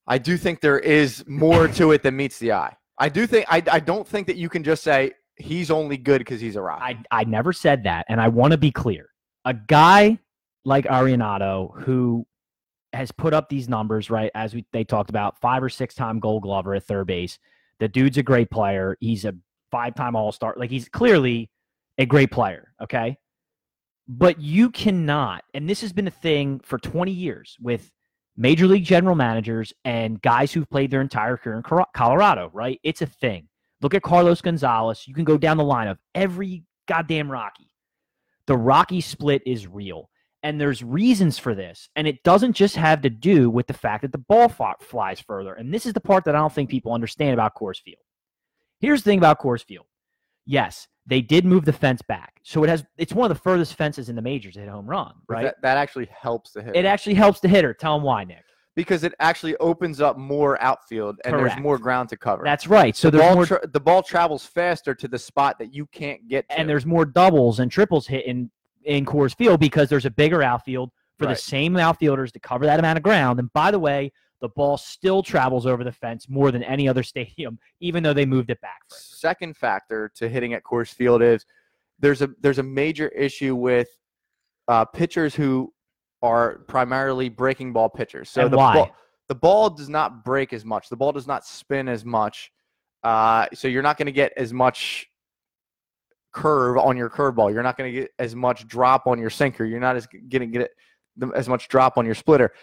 Speaker 1: I do think there is more to it than meets the eye. I do think. I, I don't think that you can just say he's only good because he's a rock.
Speaker 2: I I never said that, and I want to be clear. A guy like Arenado who has put up these numbers, right? As we they talked about, five or six time Gold Glover at third base. The dude's a great player. He's a five time All Star. Like he's clearly a great player. Okay, but you cannot, and this has been a thing for twenty years with major league general managers and guys who've played their entire career in Cor- Colorado. Right? It's a thing. Look at Carlos Gonzalez. You can go down the line of every goddamn Rocky. The Rocky split is real. And there's reasons for this. And it doesn't just have to do with the fact that the ball fo- flies further. And this is the part that I don't think people understand about Coors Field. Here's the thing about Coors Field. Yes, they did move the fence back. So it has it's one of the furthest fences in the majors to hit home run,
Speaker 1: But
Speaker 2: right?
Speaker 1: That, that actually helps the hit
Speaker 2: It actually helps the hitter. Tell him why, Nick.
Speaker 1: because it actually opens up more outfield and
Speaker 2: Correct.
Speaker 1: there's more ground to cover.
Speaker 2: That's right. So
Speaker 1: the
Speaker 2: there's
Speaker 1: ball
Speaker 2: more
Speaker 1: tra- the ball travels faster to the spot that you can't get to.
Speaker 2: and there's more doubles and triples hit in, in Coors Field because there's a bigger outfield for
Speaker 1: Right.
Speaker 2: the same outfielders to cover that amount of ground. And by the way, the ball still travels over the fence more than any other stadium, even though they moved it back. further.
Speaker 1: second factor to hitting at Coors Field is there's a there's a major issue with uh, pitchers who are primarily breaking ball pitchers. So
Speaker 2: And
Speaker 1: the
Speaker 2: why?
Speaker 1: ball the ball does not break as much. The ball does not spin as much. Uh, so you're not going to get as much curve on your curveball. You're not going to get as much drop on your sinker. You're not as going to get the- as much drop on your splitter.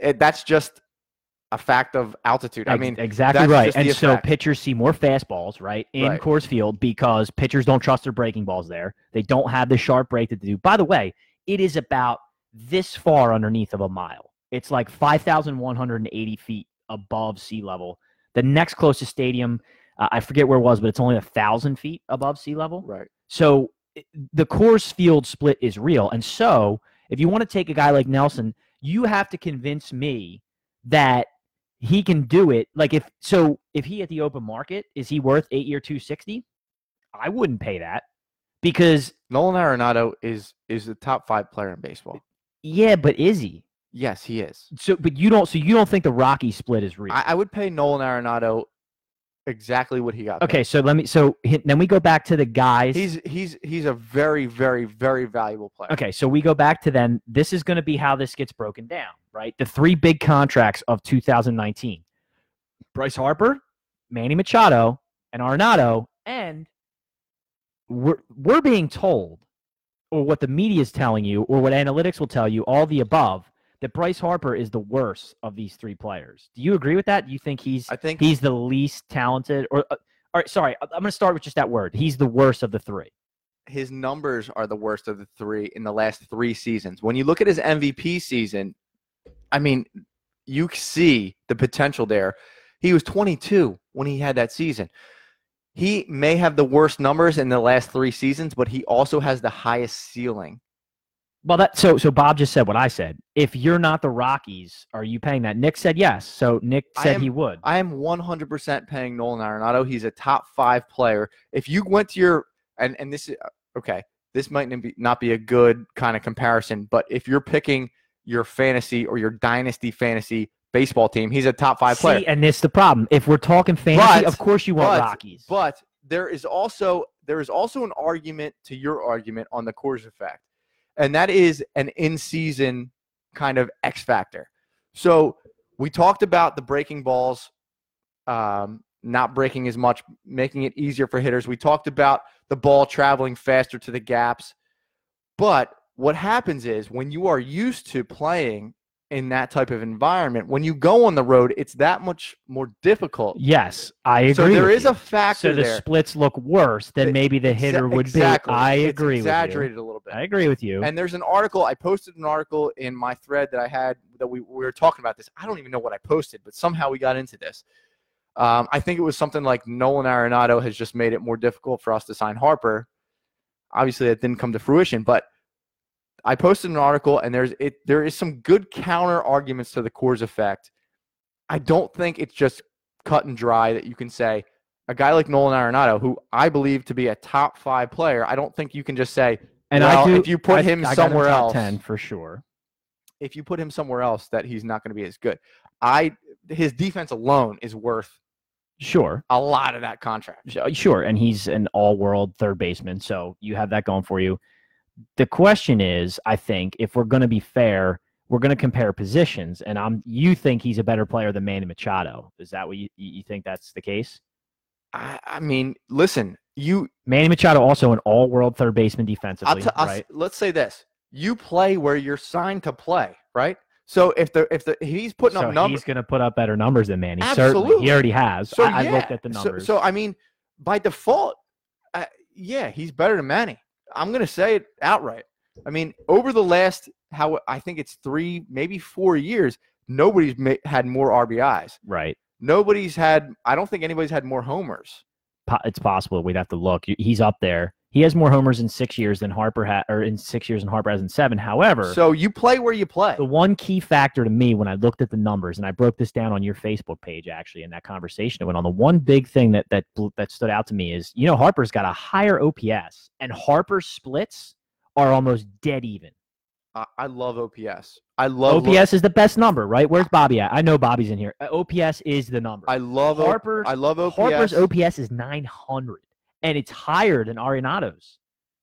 Speaker 1: It- that's just a fact of altitude. I
Speaker 2: Ex-
Speaker 1: mean,
Speaker 2: exactly
Speaker 1: that's
Speaker 2: right.
Speaker 1: just the
Speaker 2: And so
Speaker 1: effect.
Speaker 2: pitchers see more fastballs, right, in
Speaker 1: Right.
Speaker 2: Coors Field because pitchers don't trust their breaking balls there. They don't have the sharp break that they do. By the way, it is about this far underneath of a mile. It's like 5,180 feet above sea level. The next closest stadium, uh, I forget where it was, but it's only a 1,000 feet above sea level.
Speaker 1: right.
Speaker 2: So i- the Coors Field split is real. And so if you want to take a guy like Nelson, you have to convince me that he can do it. Like if so if he at the open market, is he worth eight year two sixty? I wouldn't pay that. Because
Speaker 1: Nolan Arenado is is the top five player in baseball.
Speaker 2: yeah, but is he?
Speaker 1: Yes, he is.
Speaker 2: So but you don't so you don't think the Rocky split is real.
Speaker 1: I, I would pay Nolan Arenado exactly what he got.
Speaker 2: okay, so let me so hi- then we go back to the guys.
Speaker 1: paid. he's he's he's a very very very valuable player.
Speaker 2: Okay, so we go back to then. This is going to be how this gets broken down, right? The three big contracts of 2019 Bryce Harper, Manny Machado, and Arnado. And we're, we're being told, or what the media is telling you, or what analytics will tell you, all the above, that Bryce Harper is the worst of these three players. Do you agree with that? Do you think he's
Speaker 1: I think
Speaker 2: he's the least talented? Or, uh, all right, sorry, I- I'm going to start with just that word. He's the worst of the three.
Speaker 1: his numbers are the worst of the three in the last three seasons. When you look at his MVP season, I mean, you see the potential there. He was 22 when he had that season. He may have the worst numbers in the last three seasons, but he also has the highest ceiling
Speaker 2: Well, that so so Bob just said what I said. If you're not the Rockies, are you paying that? Nick said yes. So Nick
Speaker 1: I
Speaker 2: said
Speaker 1: am-
Speaker 2: he would.
Speaker 1: I am 100% paying Nolan Arenado. He's a top five player. If you went to your and and this is uh, okay, this might not be not be a good kind of comparison, but if you're picking your fantasy or your dynasty fantasy baseball team, he's a top five player.
Speaker 2: See, and this the problem. If we're talking fantasy,
Speaker 1: But-
Speaker 2: of course you want
Speaker 1: but-
Speaker 2: Rockies.
Speaker 1: But there is also there is also an argument to your argument on the Coors effect, and that is an in-season kind of X factor. So we talked about the breaking balls, um, not breaking as much, making it easier for hitters. We talked about the ball traveling faster to the gaps, but what happens is when you are used to playing in that type of environment, when you go on the road, it's that much more difficult.
Speaker 2: yes, I agree.
Speaker 1: So there
Speaker 2: with
Speaker 1: is
Speaker 2: you.
Speaker 1: a factor
Speaker 2: so the
Speaker 1: there.
Speaker 2: splits look worse than
Speaker 1: The-
Speaker 2: maybe the
Speaker 1: Exa-
Speaker 2: hitter would
Speaker 1: exactly.
Speaker 2: be. I
Speaker 1: It's
Speaker 2: agree with
Speaker 1: exaggerated a little
Speaker 2: you.
Speaker 1: bit.
Speaker 2: I agree with you.
Speaker 1: And there's an article I posted an article in my thread that I had that we, we were talking about this. I don't even know what I posted, but somehow we got into this. Um, I think it was something like Nolan Arenado has just made it more difficult for us to sign Harper. Obviously, that didn't come to fruition, but I posted an article, and there's it. There is some good counter arguments to the Coors effect. I don't think it's just cut and dry that you can say a guy like Nolan Arenado, who I believe to be a top five player, I don't think you can just say
Speaker 2: And I
Speaker 1: Well,
Speaker 2: do,
Speaker 1: if you put
Speaker 2: I-
Speaker 1: him
Speaker 2: I got
Speaker 1: somewhere
Speaker 2: top
Speaker 1: else-
Speaker 2: ten for sure.
Speaker 1: if you put him somewhere else that he's not going to be as good. I his defense alone is worth
Speaker 2: Sure,
Speaker 1: a lot of that contract.
Speaker 2: Sh- sure, and he's an all-world third baseman, so you have that going for you. The question is, I think, if we're going to be fair, we're going to compare positions, and I'm you think he's a better player than Manny Machado? Is that what you you you think that's the case?
Speaker 1: I, I mean, listen, you.
Speaker 2: Manny Machado also an all-world third baseman
Speaker 1: I'll
Speaker 2: defensively,
Speaker 1: t- I'll s-
Speaker 2: right?
Speaker 1: Let's say this: you play where you're signed to play, right? So if the if the if he's putting
Speaker 2: so
Speaker 1: up numbers,
Speaker 2: he's going to put up better numbers than Manny. Certainly,
Speaker 1: Absolutely.
Speaker 2: he already has.
Speaker 1: so
Speaker 2: I, I
Speaker 1: yeah.
Speaker 2: looked at the
Speaker 1: So-
Speaker 2: numbers.
Speaker 1: So, I mean, by default, uh, yeah, he's better than Manny. I'm gonna say it outright. I mean, over the last how I think it's three, maybe four years, nobody's ma- had more RBIs.
Speaker 2: right.
Speaker 1: nobody's had i don't think anybody's had more homers
Speaker 2: po- it's possible we'd have to look. Y- He's up there. He has more homers in six years than Harper had, or in six years than Harper has in seven. However,
Speaker 1: so you play where you play
Speaker 2: the one key factor to me when I looked at the numbers, and I broke this down on your Facebook page actually in that conversation that went on, the one big thing that that bl- that stood out to me is you know Harper's got a higher OPS, and Harper's splits are almost dead even.
Speaker 1: I, I love ops i love look-
Speaker 2: OPS is the best number, right? Where's Bobby at? I know Bobby's in here. Uh, OPS is the number.
Speaker 1: i love O-
Speaker 2: Harper's-
Speaker 1: i love ops
Speaker 2: Harper's OPS is 900, and it's higher than Arenado's.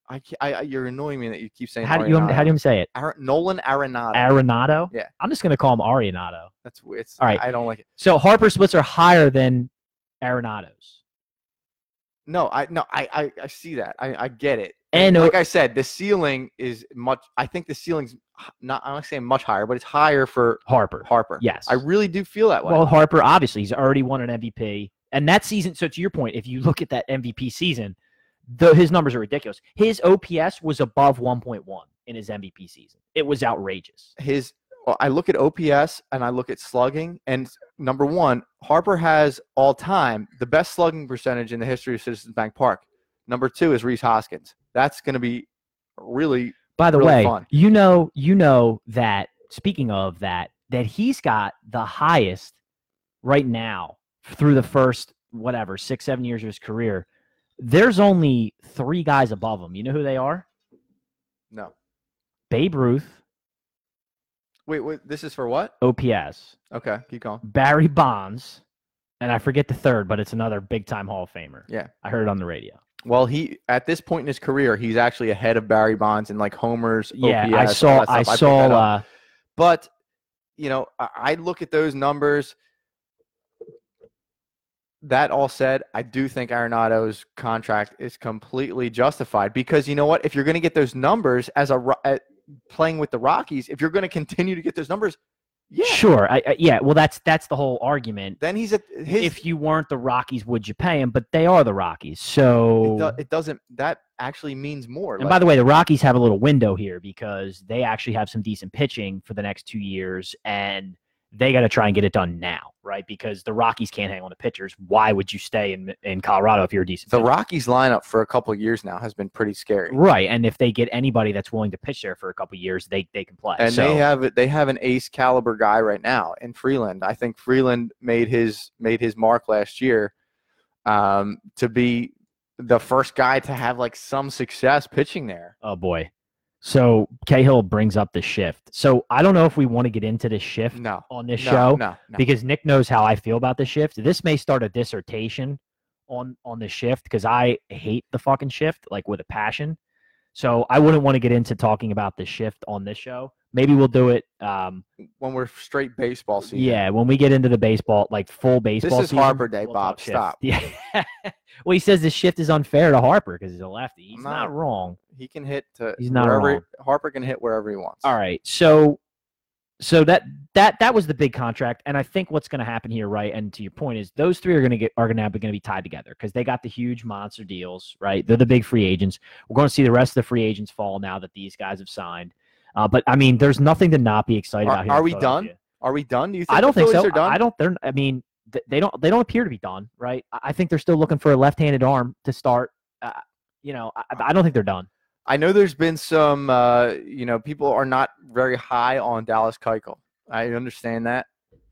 Speaker 1: I, ca- I, I- you're annoying me that you keep saying
Speaker 2: How do you how do you say it?
Speaker 1: Ar- nolan arenado
Speaker 2: Arenado.
Speaker 1: Yeah.
Speaker 2: I'm just gonna call him Arenado.
Speaker 1: that's w- it's
Speaker 2: All right.
Speaker 1: i don't like it
Speaker 2: So Harper splits are higher than Arenado's.
Speaker 1: no i no i i, I see that i, I get it
Speaker 2: And
Speaker 1: like I said, the ceiling is much. I think the ceiling's h- not. I'm not saying much higher, but it's higher for
Speaker 2: Harper.
Speaker 1: Harper.
Speaker 2: Yes.
Speaker 1: I really do feel that way.
Speaker 2: Well, Harper obviously he's already won an MVP, and that season. So to your point, if you look at that MVP season, the his numbers are ridiculous. His OPS was above 1.1 in his MVP season. It was outrageous.
Speaker 1: his well, I look at OPS and I look at slugging and s- number 1 Harper has all time the best slugging percentage in the history of Citizens Bank Park. Number 2 is Reese Hoskins. That's going to be really
Speaker 2: By the
Speaker 1: Really
Speaker 2: way,
Speaker 1: fun.
Speaker 2: you know, you know that speaking of that, that he's got the highest right now through the first whatever six, seven years of his career. There's only three guys above him. You know who they are?
Speaker 1: no.
Speaker 2: Babe Ruth,
Speaker 1: Wait, wait, this is for what?
Speaker 2: OPS,
Speaker 1: Okay, keep going.
Speaker 2: Barry Bonds, and I forget the third, but it's another big time Hall of Famer.
Speaker 1: Yeah.
Speaker 2: I heard it on the radio.
Speaker 1: Well, he at this point in his career, he's actually ahead of Barry Bonds in like homers,
Speaker 2: Yeah,
Speaker 1: OPS,
Speaker 2: I
Speaker 1: all
Speaker 2: saw
Speaker 1: that
Speaker 2: I
Speaker 1: stuff. picked
Speaker 2: saw
Speaker 1: that up.
Speaker 2: uh
Speaker 1: But you know, I, I look at those numbers. That all said, I do think Arenado's contract is completely justified because you know what? If you're going to get those numbers as a Ro- at playing with the Rockies, if you're going to continue to get those numbers, yeah,
Speaker 2: sure. I, I, yeah, well that's that's the whole argument.
Speaker 1: then he's at his.
Speaker 2: if you weren't the Rockies, would you pay him? But they are the Rockies. So,
Speaker 1: it, do- it doesn't. That actually means more.
Speaker 2: and by the way, the Rockies have a little window here because they actually have some decent pitching for the next two years, and they got to try and get it done now, right? Because the Rockies can't hang on to pitchers. Why would you stay in in Colorado if you're a decent?
Speaker 1: the
Speaker 2: pitcher?
Speaker 1: Rockies lineup for a couple of years now has been pretty scary.
Speaker 2: right? And if they get anybody that's willing to pitch there for a couple years, they they can play.
Speaker 1: and
Speaker 2: so,
Speaker 1: they have they have an ace caliber guy right now in Freeland. I think Freeland made his made his mark last year um, to be the first guy to have like some success pitching there.
Speaker 2: oh boy. So Cahill brings up the shift. So I don't know if we want to get into this shift
Speaker 1: No,
Speaker 2: on this
Speaker 1: no,
Speaker 2: show.
Speaker 1: no, no.
Speaker 2: because Nick knows how I feel about the shift. This may start a dissertation on on the shift because I hate the fucking shift like with a passion. So I wouldn't want to get into talking about the shift on this show. Maybe we'll do it. Um,
Speaker 1: when we're straight baseball season,
Speaker 2: yeah, when we get into the baseball, like full baseball.
Speaker 1: is
Speaker 2: season,
Speaker 1: Harper Day,
Speaker 2: we'll
Speaker 1: Bob.
Speaker 2: talk shifts.
Speaker 1: Stop.
Speaker 2: Yeah. well, he says the shift is unfair to Harper because he's a lefty. He's
Speaker 1: I'm
Speaker 2: not,
Speaker 1: not-
Speaker 2: wrong.
Speaker 1: he can hit to
Speaker 2: He's not
Speaker 1: wherever
Speaker 2: wrong.
Speaker 1: Harper can hit wherever he wants.
Speaker 2: All right. So so that that that was the big contract and I think what's going to happen here right and to your point is those three are going to get are going to be going to be tied together cuz they got the huge monster deals, right? They're the big free agents. We're going to see the rest of the free agents fall now that these guys have signed. Uh, but I mean, there's nothing to not be excited
Speaker 1: Are-
Speaker 2: about here.
Speaker 1: are
Speaker 2: in
Speaker 1: we done?
Speaker 2: Philadelphia.
Speaker 1: are we done? Do you think
Speaker 2: I don't
Speaker 1: the
Speaker 2: think
Speaker 1: Phillies
Speaker 2: so.
Speaker 1: Are done?
Speaker 2: I don't. They're. I mean, th- they don't. They don't appear to be done, right? I I think they're still looking for a left-handed arm to start. Uh, you know, I, I don't think they're done.
Speaker 1: I know there's been some, uh, you know, people are not very high on Dallas Keuchel. I understand that,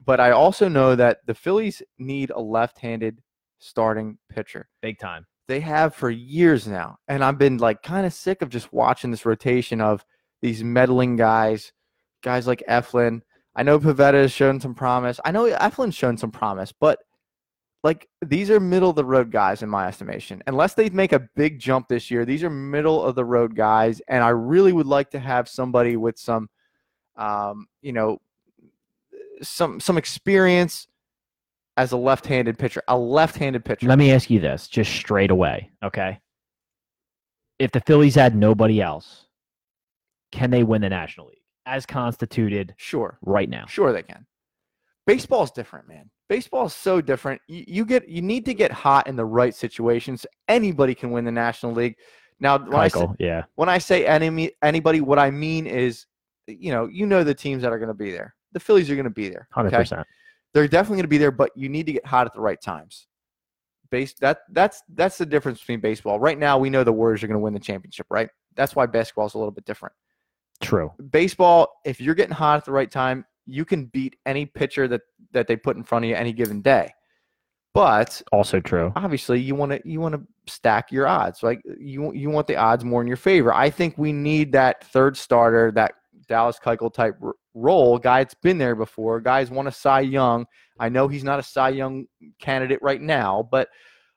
Speaker 1: but I also know that the Phillies need a left-handed starting pitcher.
Speaker 2: big time.
Speaker 1: They have for years now. And I've been like kind of sick of just watching this rotation of these meddling guys, guys like Eflin. I know Pavetta has shown some promise. I know Eflin's shown some promise, but like these are middle of the road guys in my estimation. Unless they make a big jump this year, these are middle of the road guys. And I really would like to have somebody with some, um, you know, some some experience as a left-handed pitcher. A left-handed pitcher.
Speaker 2: Let me ask you this, just straight away, okay? If the Phillies had nobody else, can they win the National League as constituted
Speaker 1: sure.
Speaker 2: right now?
Speaker 1: Sure, they can. Baseball's different, man. Baseball is so different. You, you get you need to get hot in the right situations. Anybody can win the National League. Now, when I, say,
Speaker 2: Michael, yeah,
Speaker 1: when I say enemy, anybody, what I mean is, you know, you know the teams that are going to be there. The Phillies are going to be there.
Speaker 2: hundred
Speaker 1: okay?
Speaker 2: percent.
Speaker 1: They're definitely going to be there, but you need to get hot at the right times. Base that that's that's the difference between baseball. Right now, we know the Warriors are going to win the championship, right? That's why basketball is a little bit different
Speaker 2: True.
Speaker 1: baseball, if you're getting hot at the right time, you can beat any pitcher that that they put in front of you any given day. But
Speaker 2: Also true.
Speaker 1: obviously, you want to you want to stack your odds. Like you you want the odds more in your favor. I think we need that third starter, that Dallas Keuchel type r- role guy. It's been there before. Guys want a Cy Young. I know he's not a Cy Young candidate right now, but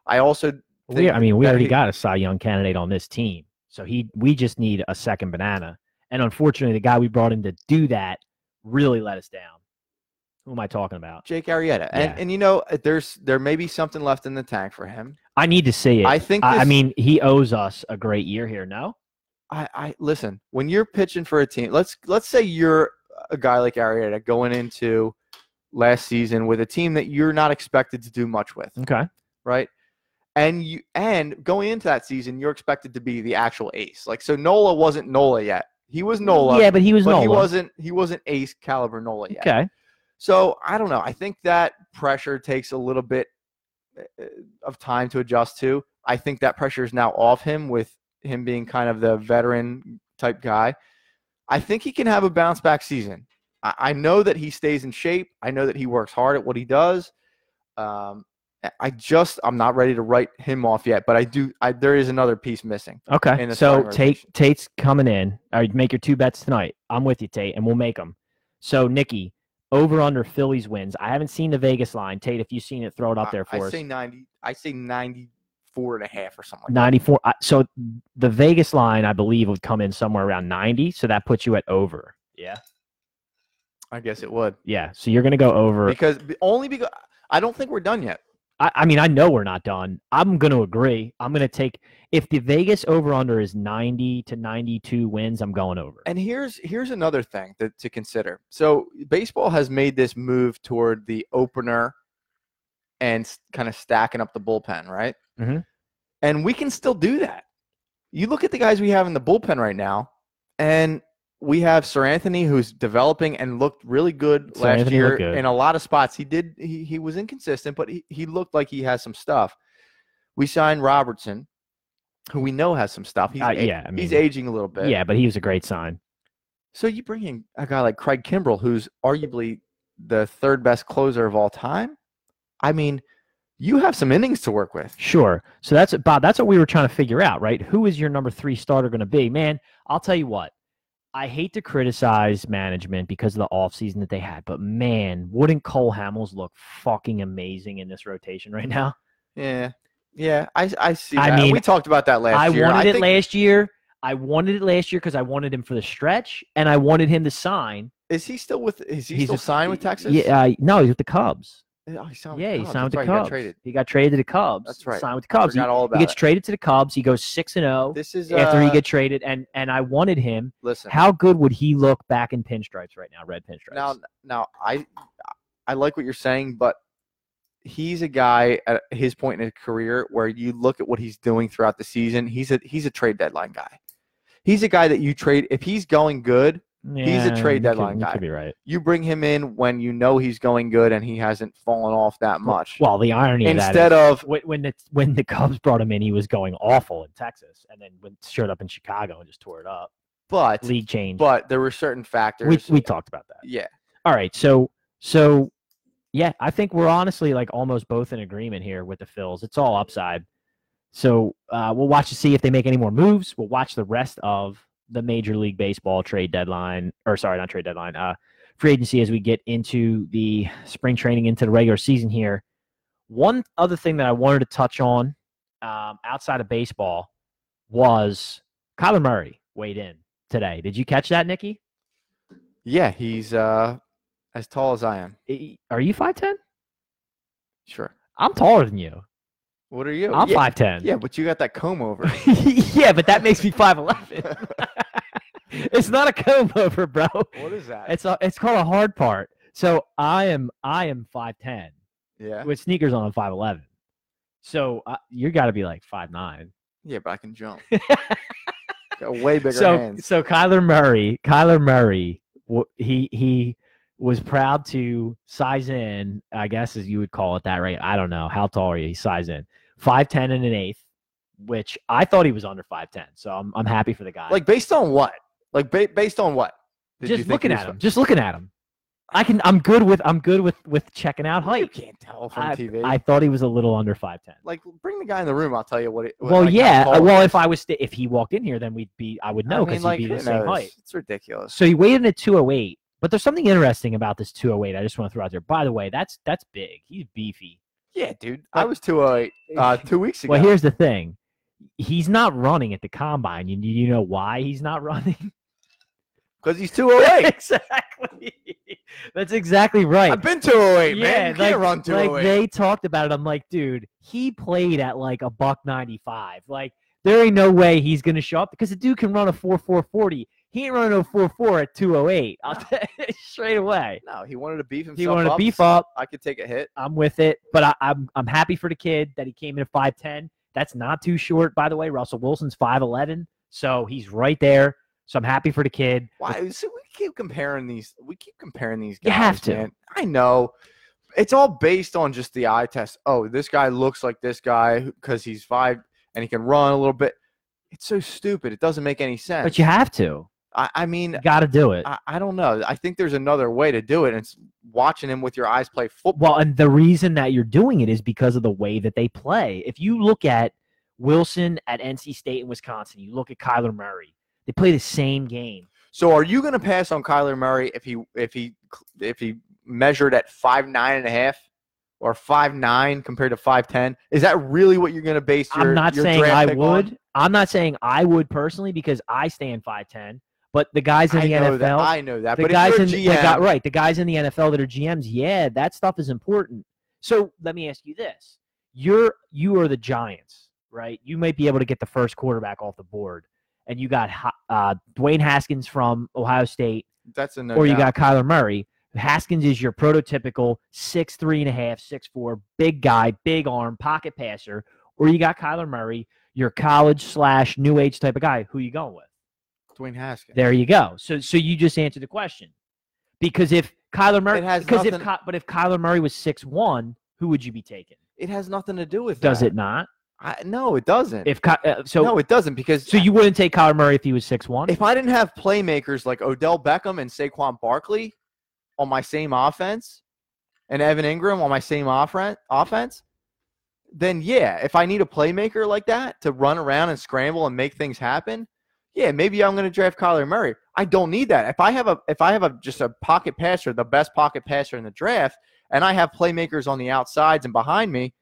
Speaker 1: I also
Speaker 2: We,
Speaker 1: think
Speaker 2: I mean, we
Speaker 1: that
Speaker 2: already
Speaker 1: he-
Speaker 2: got a Cy Young candidate on this team, so he we just need a second banana. And unfortunately, the guy we brought in to do that really let us down. Who am I talking about?
Speaker 1: Jake Arrieta, and
Speaker 2: Yeah.
Speaker 1: and you know there's there may be something left in the tank for him.
Speaker 2: I need to see it.
Speaker 1: I
Speaker 2: I,
Speaker 1: think
Speaker 2: I
Speaker 1: this-
Speaker 2: mean, he owes us a great year here. No,
Speaker 1: I, I listen when you're pitching for a team. Let's let's say you're a guy like Arrieta going into last season with a team that you're not expected to do much with,
Speaker 2: okay,
Speaker 1: right? And you and going into that season, you're expected to be the actual ace. Like so, Nola wasn't Nola yet. He was Nola,
Speaker 2: Yeah, but he was
Speaker 1: but
Speaker 2: Nola.
Speaker 1: he wasn't he wasn't ace caliber Nola yet.
Speaker 2: okay.
Speaker 1: So I don't know. I think that pressure takes a little bit uh, of time to adjust to. I think that pressure is now off him with him being kind of the veteran type guy. I think he can have a bounce back season. I, I know that he stays in shape. I know that he works hard at what he does. Um, I- I just I'm not ready to write him off yet, but I do. I, there is another piece missing. in
Speaker 2: Okay.
Speaker 1: the
Speaker 2: So
Speaker 1: starting
Speaker 2: Tate
Speaker 1: rotation.
Speaker 2: Tate's coming in. All right, make your two bets tonight. I'm with you, Tate, and we'll make them. So Nikki, over under Phillies wins. I haven't seen the Vegas line. Tate, if you've seen it, throw it up
Speaker 1: I-
Speaker 2: there
Speaker 1: I,
Speaker 2: for us.
Speaker 1: say ninety. I say ninety four and a half or something. Like
Speaker 2: 94. I- So the Vegas line, I believe, would come in somewhere around 90. So that puts you at over. Yeah.
Speaker 1: that. I guess it would
Speaker 2: Yeah. So you're going to go over.
Speaker 1: because only because I don't think we're done yet.
Speaker 2: I, I mean, I know we're not done. I'm going to agree. I'm going to take, if the Vegas over under is 90 to 92 wins, I'm going over.
Speaker 1: And here's here's another thing that, to consider. So baseball has made this move toward the opener and kind of stacking up the bullpen, right?
Speaker 2: Mhm.
Speaker 1: And we can still do that. You look at the guys we have in the bullpen right now, and we have Sir Anthony, who's developing and looked really good
Speaker 2: Sir
Speaker 1: last
Speaker 2: Anthony
Speaker 1: year
Speaker 2: looked good.
Speaker 1: in a lot of spots. He did he, he was inconsistent, but he, he looked like he has some stuff. We signed Robertson, who we know has some stuff. He's,
Speaker 2: Uh,
Speaker 1: a-
Speaker 2: yeah, I
Speaker 1: he's
Speaker 2: mean-
Speaker 1: aging a little bit.
Speaker 2: Yeah, but he was a great sign.
Speaker 1: So you bring in a guy like Craig Kimbrell, who's arguably the third best closer of all time. I mean, you have some innings to work with.
Speaker 2: Sure. So that's Bob. That's what we were trying to figure out, right? Who is your number three starter going to be? Man, I'll tell you what. I hate to criticize management because of the offseason that they had, but man, wouldn't Cole Hamels look fucking amazing in this rotation right now?
Speaker 1: Yeah, yeah, I, I see.
Speaker 2: I
Speaker 1: that.
Speaker 2: mean,
Speaker 1: we talked about that last
Speaker 2: I
Speaker 1: year.
Speaker 2: wanted it
Speaker 1: think
Speaker 2: last year. I wanted it last year because I wanted him for the stretch and I wanted him to sign.
Speaker 1: Is he still with? Is he
Speaker 2: He's
Speaker 1: still
Speaker 2: a-
Speaker 1: signed with Texas?
Speaker 2: Yeah, uh, no, he's with the Cubs.
Speaker 1: Oh, he signed with
Speaker 2: yeah,
Speaker 1: the
Speaker 2: he
Speaker 1: Cubs.
Speaker 2: signed
Speaker 1: That's
Speaker 2: with the
Speaker 1: right, he
Speaker 2: Cubs.
Speaker 1: got traded.
Speaker 2: to the Cubs.
Speaker 1: That's right.
Speaker 2: Signed with the Cubs. He,
Speaker 1: Forgot all
Speaker 2: he
Speaker 1: about
Speaker 2: gets
Speaker 1: it.
Speaker 2: traded to the Cubs. He goes six and oh. zero.
Speaker 1: This is
Speaker 2: after he
Speaker 1: uh,
Speaker 2: get traded and and I wanted him.
Speaker 1: listen.
Speaker 2: How good would he look back in pinstripes right now, red pinstripes?
Speaker 1: now now I I like what you're saying, but he's a guy at his point in his career where you look at what he's doing throughout the season. He's a he's a trade deadline guy. He's a guy that you trade if he's going good, he's a
Speaker 2: Yeah,
Speaker 1: trade
Speaker 2: you could-
Speaker 1: deadline
Speaker 2: you
Speaker 1: guy.
Speaker 2: Could be right.
Speaker 1: you bring him in when you know he's going good and he hasn't fallen off that much.
Speaker 2: Well, the irony of that
Speaker 1: Instead
Speaker 2: is
Speaker 1: of
Speaker 2: wh- when the when the Cubs brought him in, he was going awful in Texas, and then went, showed up in Chicago and just tore it up.
Speaker 1: but
Speaker 2: League change.
Speaker 1: but there were certain factors.
Speaker 2: we we talked about that.
Speaker 1: yeah.
Speaker 2: All right, so so yeah, I think we're honestly like almost both in agreement here with the Phils. It's all upside. So uh, we'll watch to see if they make any more moves. We'll watch the rest of the Major League Baseball trade deadline, or sorry, not trade deadline, uh, free agency as we get into the spring training, into the regular season here. One other thing that I wanted to touch on um, outside of baseball was Kyler Murray weighed in today. Did you catch that, Nikki?
Speaker 1: Yeah, he's uh, as tall as I am.
Speaker 2: I- Are you 5'10?
Speaker 1: Sure.
Speaker 2: I'm taller than you.
Speaker 1: What are you?
Speaker 2: I'm
Speaker 1: Oh, yeah,
Speaker 2: 5'10.
Speaker 1: yeah, but you got that comb over.
Speaker 2: yeah, but that makes me 5'11. it's not a comb over, bro.
Speaker 1: what is that?
Speaker 2: It's a, it's called a hard part. So I am I am 5'10
Speaker 1: yeah.
Speaker 2: with sneakers on I'm 5'11. So uh, you got to be like 5'9.
Speaker 1: Yeah, but I can jump. Got way bigger
Speaker 2: so
Speaker 1: hands.
Speaker 2: so Kyler Murray, Kyler Murray, wa- he he was proud to size in, I guess as you would call it that, right? I don't know how tall are you? He size in five ten and an eighth, which I thought he was under five ten. So I'm I'm happy for the guy.
Speaker 1: Like based on what? Like ba- based on what? Did you
Speaker 2: just
Speaker 1: think
Speaker 2: looking
Speaker 1: he was
Speaker 2: at him,
Speaker 1: fi-
Speaker 2: just looking at him. I can I'm good with I'm good with with checking out
Speaker 1: You
Speaker 2: height.
Speaker 1: can't tell from TV.
Speaker 2: I thought he was a little under five ten.
Speaker 1: like bring the guy in the room. I'll tell you what. It, what
Speaker 2: Well,
Speaker 1: like, how
Speaker 2: yeah.
Speaker 1: tall
Speaker 2: uh,
Speaker 1: he
Speaker 2: Well,
Speaker 1: is.
Speaker 2: if I was st- if he walked in here, then we'd be I would
Speaker 1: I
Speaker 2: know
Speaker 1: mean,
Speaker 2: because
Speaker 1: like,
Speaker 2: he'd be
Speaker 1: who
Speaker 2: the same
Speaker 1: knows?
Speaker 2: height.
Speaker 1: It's ridiculous.
Speaker 2: So he weighed in at 208, but there's something interesting about this 208. I just want to throw out there. By the way, that's that's big. He's beefy.
Speaker 1: Yeah, dude. I was two uh, uh, two weeks ago.
Speaker 2: Well, here's the thing. He's not running at the combine. You, you know why he's not running?
Speaker 1: because he's two oh eight.
Speaker 2: exactly. That's exactly right.
Speaker 1: I've been two oh eight, man. You
Speaker 2: like,
Speaker 1: can't run two
Speaker 2: like
Speaker 1: oh eight.
Speaker 2: they talked about it. I'm like, dude, he played at like a buck 95. Like, there ain't no way he's gonna show up because the dude can run a 4440. He ain't running a 44 at 208. I'll tell you straight away.
Speaker 1: No, he wanted to beef himself.
Speaker 2: He wanted to
Speaker 1: up.
Speaker 2: beef up.
Speaker 1: I could take a hit.
Speaker 2: I'm with it. But I, I'm I'm happy for the kid that he came in at five ten. That's not too short, by the way. Russell Wilson's five eleven, so he's right there. So I'm happy for the kid.
Speaker 1: Why? So we keep comparing these. We keep comparing these guys.
Speaker 2: You have to.
Speaker 1: Man. I know. It's all based on just the eye test. Oh, this guy looks like this guy because he's five and he can run a little bit. It's so stupid. It doesn't make any sense.
Speaker 2: But you have to.
Speaker 1: I, I mean,
Speaker 2: You got to do it.
Speaker 1: I, I don't know. I think there's another way to do it, and it's watching him with your eyes play football.
Speaker 2: Well, and the reason that you're doing it is because of the way that they play. If you look at Wilson at NC State and Wisconsin, you look at Kyler Murray. They play the same game.
Speaker 1: So, are you going to pass on Kyler Murray if he if he if he measured at five nine and a half or five nine compared to five ten? Is that really what you're going to base your?
Speaker 2: I'm not
Speaker 1: your
Speaker 2: saying
Speaker 1: draft
Speaker 2: I
Speaker 1: pick on?
Speaker 2: would. I'm not saying I would personally because I stand five ten. But the guys in
Speaker 1: I
Speaker 2: the
Speaker 1: know
Speaker 2: NFL,
Speaker 1: that. I know that.
Speaker 2: the
Speaker 1: but
Speaker 2: guys in
Speaker 1: if
Speaker 2: the
Speaker 1: you're a
Speaker 2: that
Speaker 1: GM,
Speaker 2: got right the guys in the NFL that are GMs, yeah, that stuff is important. So let me ask you this: You're you are the Giants, right? You might be able to get the first quarterback off the board, and you got Ha- uh, Dwayne Haskins from Ohio State,
Speaker 1: that's a no.
Speaker 2: or you
Speaker 1: doubt.
Speaker 2: got Kyler Murray. Haskins is your prototypical six three and a half, six four, big guy, big arm, pocket passer, or you got Kyler Murray, your college slash new age type of guy. Who you going with?
Speaker 1: Dwayne Haskins.
Speaker 2: There you go. So so you just answered the question. Because if Kyler Murray
Speaker 1: It has
Speaker 2: because if
Speaker 1: nothing-
Speaker 2: Ky- but if Kyler Murray was six one, who would you be taking?
Speaker 1: It has nothing to do with.
Speaker 2: Does
Speaker 1: that.
Speaker 2: it not?
Speaker 1: I, no, it doesn't.
Speaker 2: If Ky- uh, so
Speaker 1: no, it doesn't because
Speaker 2: so you wouldn't take Kyler Murray if he was six one?
Speaker 1: if I didn't have playmakers like Odell Beckham and Saquon Barkley on my same offense and Evan Ingram on my same offren- offense, then yeah, if I need a playmaker like that to run around and scramble and make things happen, yeah, maybe I'm going to draft Kyler Murray. I don't need that. If I have a if I have a just a pocket passer, the best pocket passer in the draft, and I have playmakers on the outsides and behind me,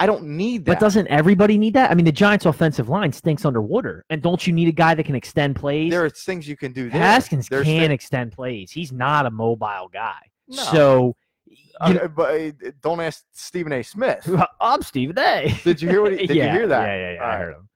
Speaker 1: I don't need that.
Speaker 2: But doesn't everybody need that? I mean, the Giants' offensive line stinks underwater, and don't you need a guy that can extend plays?
Speaker 1: there are things you can do. There.
Speaker 2: Haskins
Speaker 1: There's
Speaker 2: can
Speaker 1: thi-
Speaker 2: extend plays. He's not a mobile guy.
Speaker 1: No.
Speaker 2: So, you know-
Speaker 1: Uh, but uh, don't ask Stephen A. Smith.
Speaker 2: I'm Stephen A.
Speaker 1: Did you hear what he, did
Speaker 2: yeah,
Speaker 1: you hear that?
Speaker 2: Yeah, yeah, yeah. I
Speaker 1: Alright.
Speaker 2: heard him.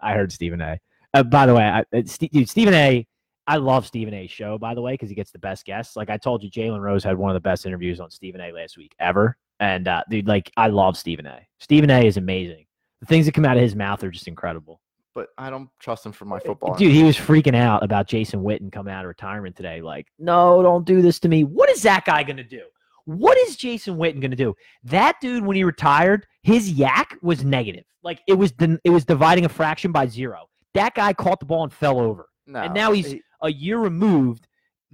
Speaker 2: I heard Stephen A. Uh, by the way, I, uh, Ste dude, Stephen A. I love Stephen A's show, by the way, because he gets the best guests. Like I told you, Jalen Rose had one of the best interviews on Stephen A. last week ever. And uh, dude, like I love Stephen A. Stephen A. is amazing. The things that come out of his mouth are just incredible.
Speaker 1: But I don't trust him for my football.
Speaker 2: Uh, Dude, he was freaking out about Jason Witten coming out of retirement today. Like, no, don't do this to me. What is that guy going to do? What is Jason Witten going to do? That dude, when he retired, his yak was negative. Like it was, den- it was dividing a fraction by zero. That guy caught the ball and fell over.
Speaker 1: No,
Speaker 2: and now he's-
Speaker 1: he-
Speaker 2: A year removed,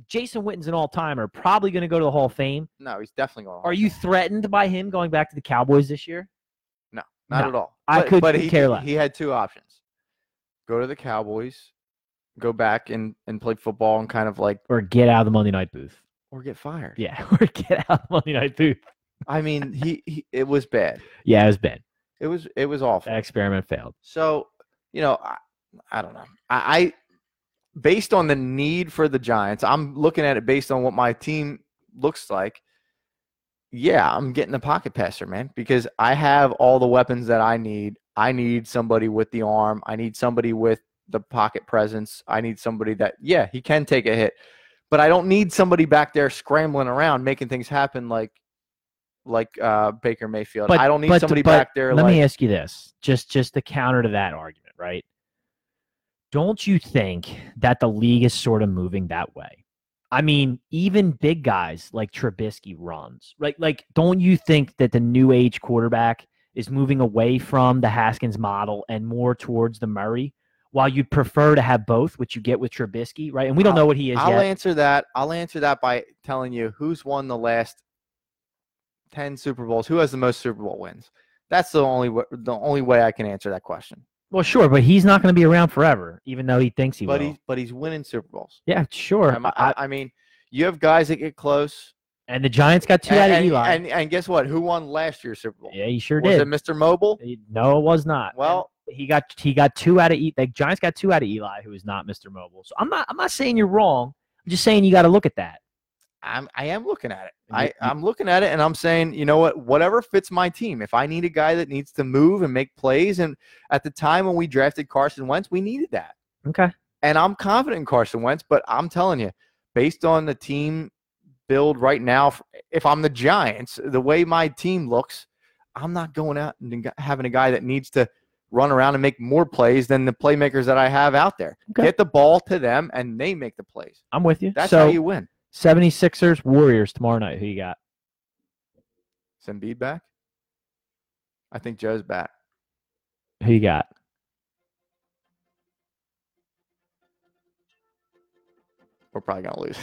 Speaker 2: Jason Witten's an all timer, probably going to go to the Hall of Fame.
Speaker 1: No, he's definitely going.
Speaker 2: Are you threatened by him going back to the Cowboys this year?
Speaker 1: Not
Speaker 2: No,
Speaker 1: at all.
Speaker 2: I
Speaker 1: but,
Speaker 2: could
Speaker 1: but he,
Speaker 2: care less.
Speaker 1: He had two options: go to the Cowboys, go back and and play football, and kind of like
Speaker 2: Or get out of the Monday night booth?
Speaker 1: or get fired.
Speaker 2: Yeah, or get out of the Monday night booth.
Speaker 1: I mean, he, he it was bad.
Speaker 2: Yeah, it was bad.
Speaker 1: It was it was awful.
Speaker 2: That experiment failed.
Speaker 1: So you know, I, I don't know. I, I based on the need for the Giants, I'm looking at it based on what my team looks like. Yeah, I'm getting the pocket passer, man, because I have all the weapons that I need. I need somebody with the arm. I need somebody with the pocket presence. I need somebody that, yeah, he can take a hit, but I don't need somebody back there scrambling around making things happen like, like uh, Baker Mayfield.
Speaker 2: But-
Speaker 1: I don't need
Speaker 2: but-
Speaker 1: somebody
Speaker 2: but
Speaker 1: back there.
Speaker 2: Let
Speaker 1: like,
Speaker 2: me ask you this: just just the counter to that argument, right? Don't you think that the league is sort of moving that way? I mean, even big guys like Trubisky runs. Like, like, don't you think that the new age quarterback is moving away from the Haskins model and more towards the Murray? While you'd prefer to have both, which you get with Trubisky, right? And we don't know what he is
Speaker 1: I'll
Speaker 2: yet.
Speaker 1: answer that. I'll answer that by telling you who's won the last ten Super Bowls. Who has the most Super Bowl wins? That's the only wa- the only way I can answer that question.
Speaker 2: Well, sure, but he's not going to be around forever, even though he thinks he
Speaker 1: but
Speaker 2: will.
Speaker 1: he's but he's winning Super Bowls.
Speaker 2: yeah, sure.
Speaker 1: Um, I,
Speaker 2: I-
Speaker 1: I mean, you have guys that get close.
Speaker 2: and the Giants got two out
Speaker 1: and,
Speaker 2: of
Speaker 1: and,
Speaker 2: Eli.
Speaker 1: and and guess what? Who won last year's Super Bowl?
Speaker 2: Yeah, he sure
Speaker 1: was
Speaker 2: did.
Speaker 1: it Mr. Mobile?
Speaker 2: He- No, it was not. And
Speaker 1: Well-
Speaker 2: he got he got two out of E- the Giants got two out of Eli, who is not Mr. Mobile. So I'm not I'm not saying you're wrong. I'm just saying you got to look at that.
Speaker 1: I'm I am looking at it.
Speaker 2: And you-
Speaker 1: I,
Speaker 2: you-
Speaker 1: I'm looking at it and I'm saying, you know what, whatever fits my team. If I need a guy that needs to move and make plays, and at the time when we drafted Carson Wentz, we needed that.
Speaker 2: Okay.
Speaker 1: And I'm confident in Carson Wentz, but I'm telling you, based on the team build right now, f- if I'm the Giants, the way my team looks, I'm not going out and g- having a guy that needs to run around and make more plays than the playmakers that I have out there.
Speaker 2: Okay.
Speaker 1: Get the ball to them and they make the plays.
Speaker 2: I'm with you.
Speaker 1: That's
Speaker 2: so
Speaker 1: how you win.
Speaker 2: 76ers Warriors tomorrow night. Who you got?
Speaker 1: Is Embiid back? I think Joe's back.
Speaker 2: Who you got?
Speaker 1: We're probably gonna lose.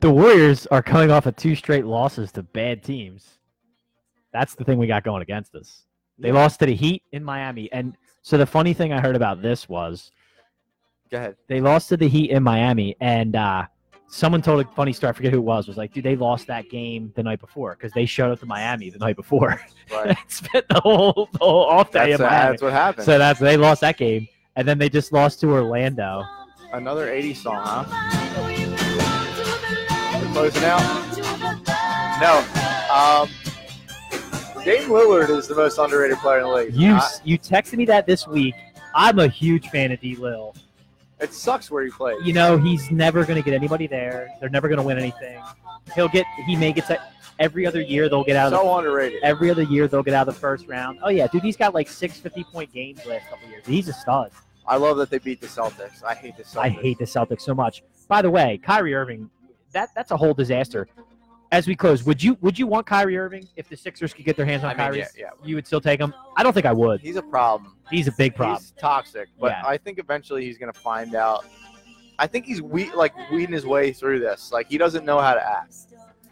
Speaker 2: the Warriors are coming off of two straight losses to bad teams. That's the thing we got going against us. They lost to the Heat in Miami. And so the funny thing I heard about this was
Speaker 1: Go ahead.
Speaker 2: they lost to the Heat in Miami, and uh, someone told a funny story. I forget who it was. Was like, dude, they lost that game the night before because they showed up to Miami the night before.
Speaker 1: Right.
Speaker 2: Spent the whole the whole off day
Speaker 1: That's,
Speaker 2: in Miami.
Speaker 1: that's what happened.
Speaker 2: so that's they lost that game, and then they just lost to Orlando.
Speaker 1: Another 80s song, huh?
Speaker 4: We're
Speaker 1: closing out? No. Um, Dame Lillard is the most underrated player in the league.
Speaker 2: You
Speaker 1: I-
Speaker 2: s you texted me that this week. I'm a huge fan of D Lil.
Speaker 1: it sucks where he plays.
Speaker 2: You know he's never going to get anybody there. They're never going to win anything. He'll get he may get to every other year they'll get out of the
Speaker 1: so underrated.
Speaker 2: every other year they'll get out of the first round. Oh yeah, dude, he's got like six 50 point games the last couple years. He's a stud.
Speaker 1: I love that they beat the Celtics. I hate the Celtics.
Speaker 2: I hate the Celtics so much. By the way, Kyrie Irving, that that's a whole disaster. As we close, would you would you want Kyrie Irving if the Sixers could get their hands on
Speaker 1: I mean,
Speaker 2: Kyrie?
Speaker 1: yeah, yeah.
Speaker 2: You would still take him? I don't think I would.
Speaker 1: He's a problem.
Speaker 2: He's a big problem.
Speaker 1: He's toxic, but
Speaker 2: Yeah.
Speaker 1: I think eventually he's gonna find out. I think he's we like weeding his way through this. Like he doesn't know how to act.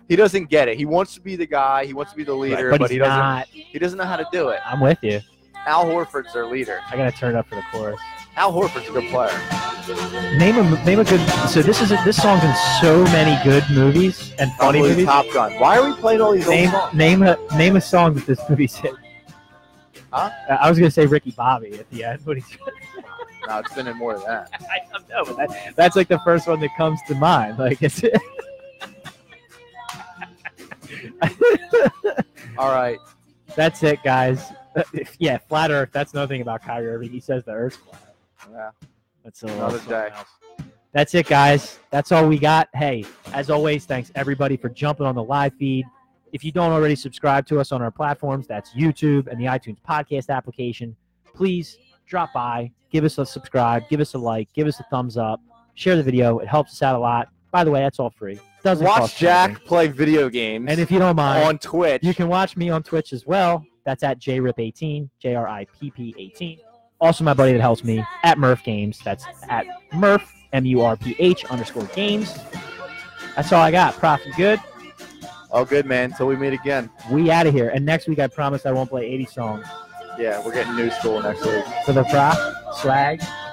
Speaker 1: He doesn't get it. He wants to be the guy. He wants to be the leader,
Speaker 2: but,
Speaker 1: but,
Speaker 2: he's
Speaker 1: he doesn't.
Speaker 2: not.
Speaker 1: He doesn't know how to do it.
Speaker 2: I'm with you.
Speaker 1: Al Horford's their leader.
Speaker 2: I gotta turn it up for the chorus.
Speaker 1: Al Horford's a good player.
Speaker 2: Name a name a good. So this is a, this song's in so many good movies and
Speaker 1: Probably
Speaker 2: funny movies.
Speaker 1: Top Gun. Why are we playing all these old
Speaker 2: Name
Speaker 1: songs?
Speaker 2: name a name a song that this movie's in.
Speaker 1: Huh?
Speaker 2: Uh, I was gonna say Ricky Bobby at the end, but he's,
Speaker 1: No, it's been in more than that.
Speaker 2: I don't know. But that, that's like the first one that comes to mind. Like it's
Speaker 1: All right.
Speaker 2: that's it, guys. Yeah, flat Earth. That's another thing about Kyrie Irving. He says the Earth's flat.
Speaker 1: Yeah.
Speaker 2: That's a
Speaker 1: Another
Speaker 2: something
Speaker 1: day.
Speaker 2: else. That's it, guys. That's all we got. Hey, as always, thanks everybody for jumping on the live feed. If you don't already subscribe to us on our platforms, that's YouTube and the iTunes podcast application, please drop by, give us a subscribe, give us a like, give us a thumbs up, share the video. It helps us out a lot. By the way, that's all free. Doesn't
Speaker 1: Watch
Speaker 2: cost anything.
Speaker 1: Jack Oh, play video games.
Speaker 2: And if you don't mind,
Speaker 1: on Twitch.
Speaker 2: you can watch me on Twitch as well. That's at jrip18, J R I P P 18. Also, my buddy that helps me at Murph Games. That's at Murph M U R P H underscore games. That's all I got. Prof, you good?
Speaker 1: All Oh, good, man. Until we meet again.
Speaker 2: We out of here. And next week, I promise I won't play 80 songs
Speaker 1: Yeah, we're getting new school next week.
Speaker 2: for the prof, swag,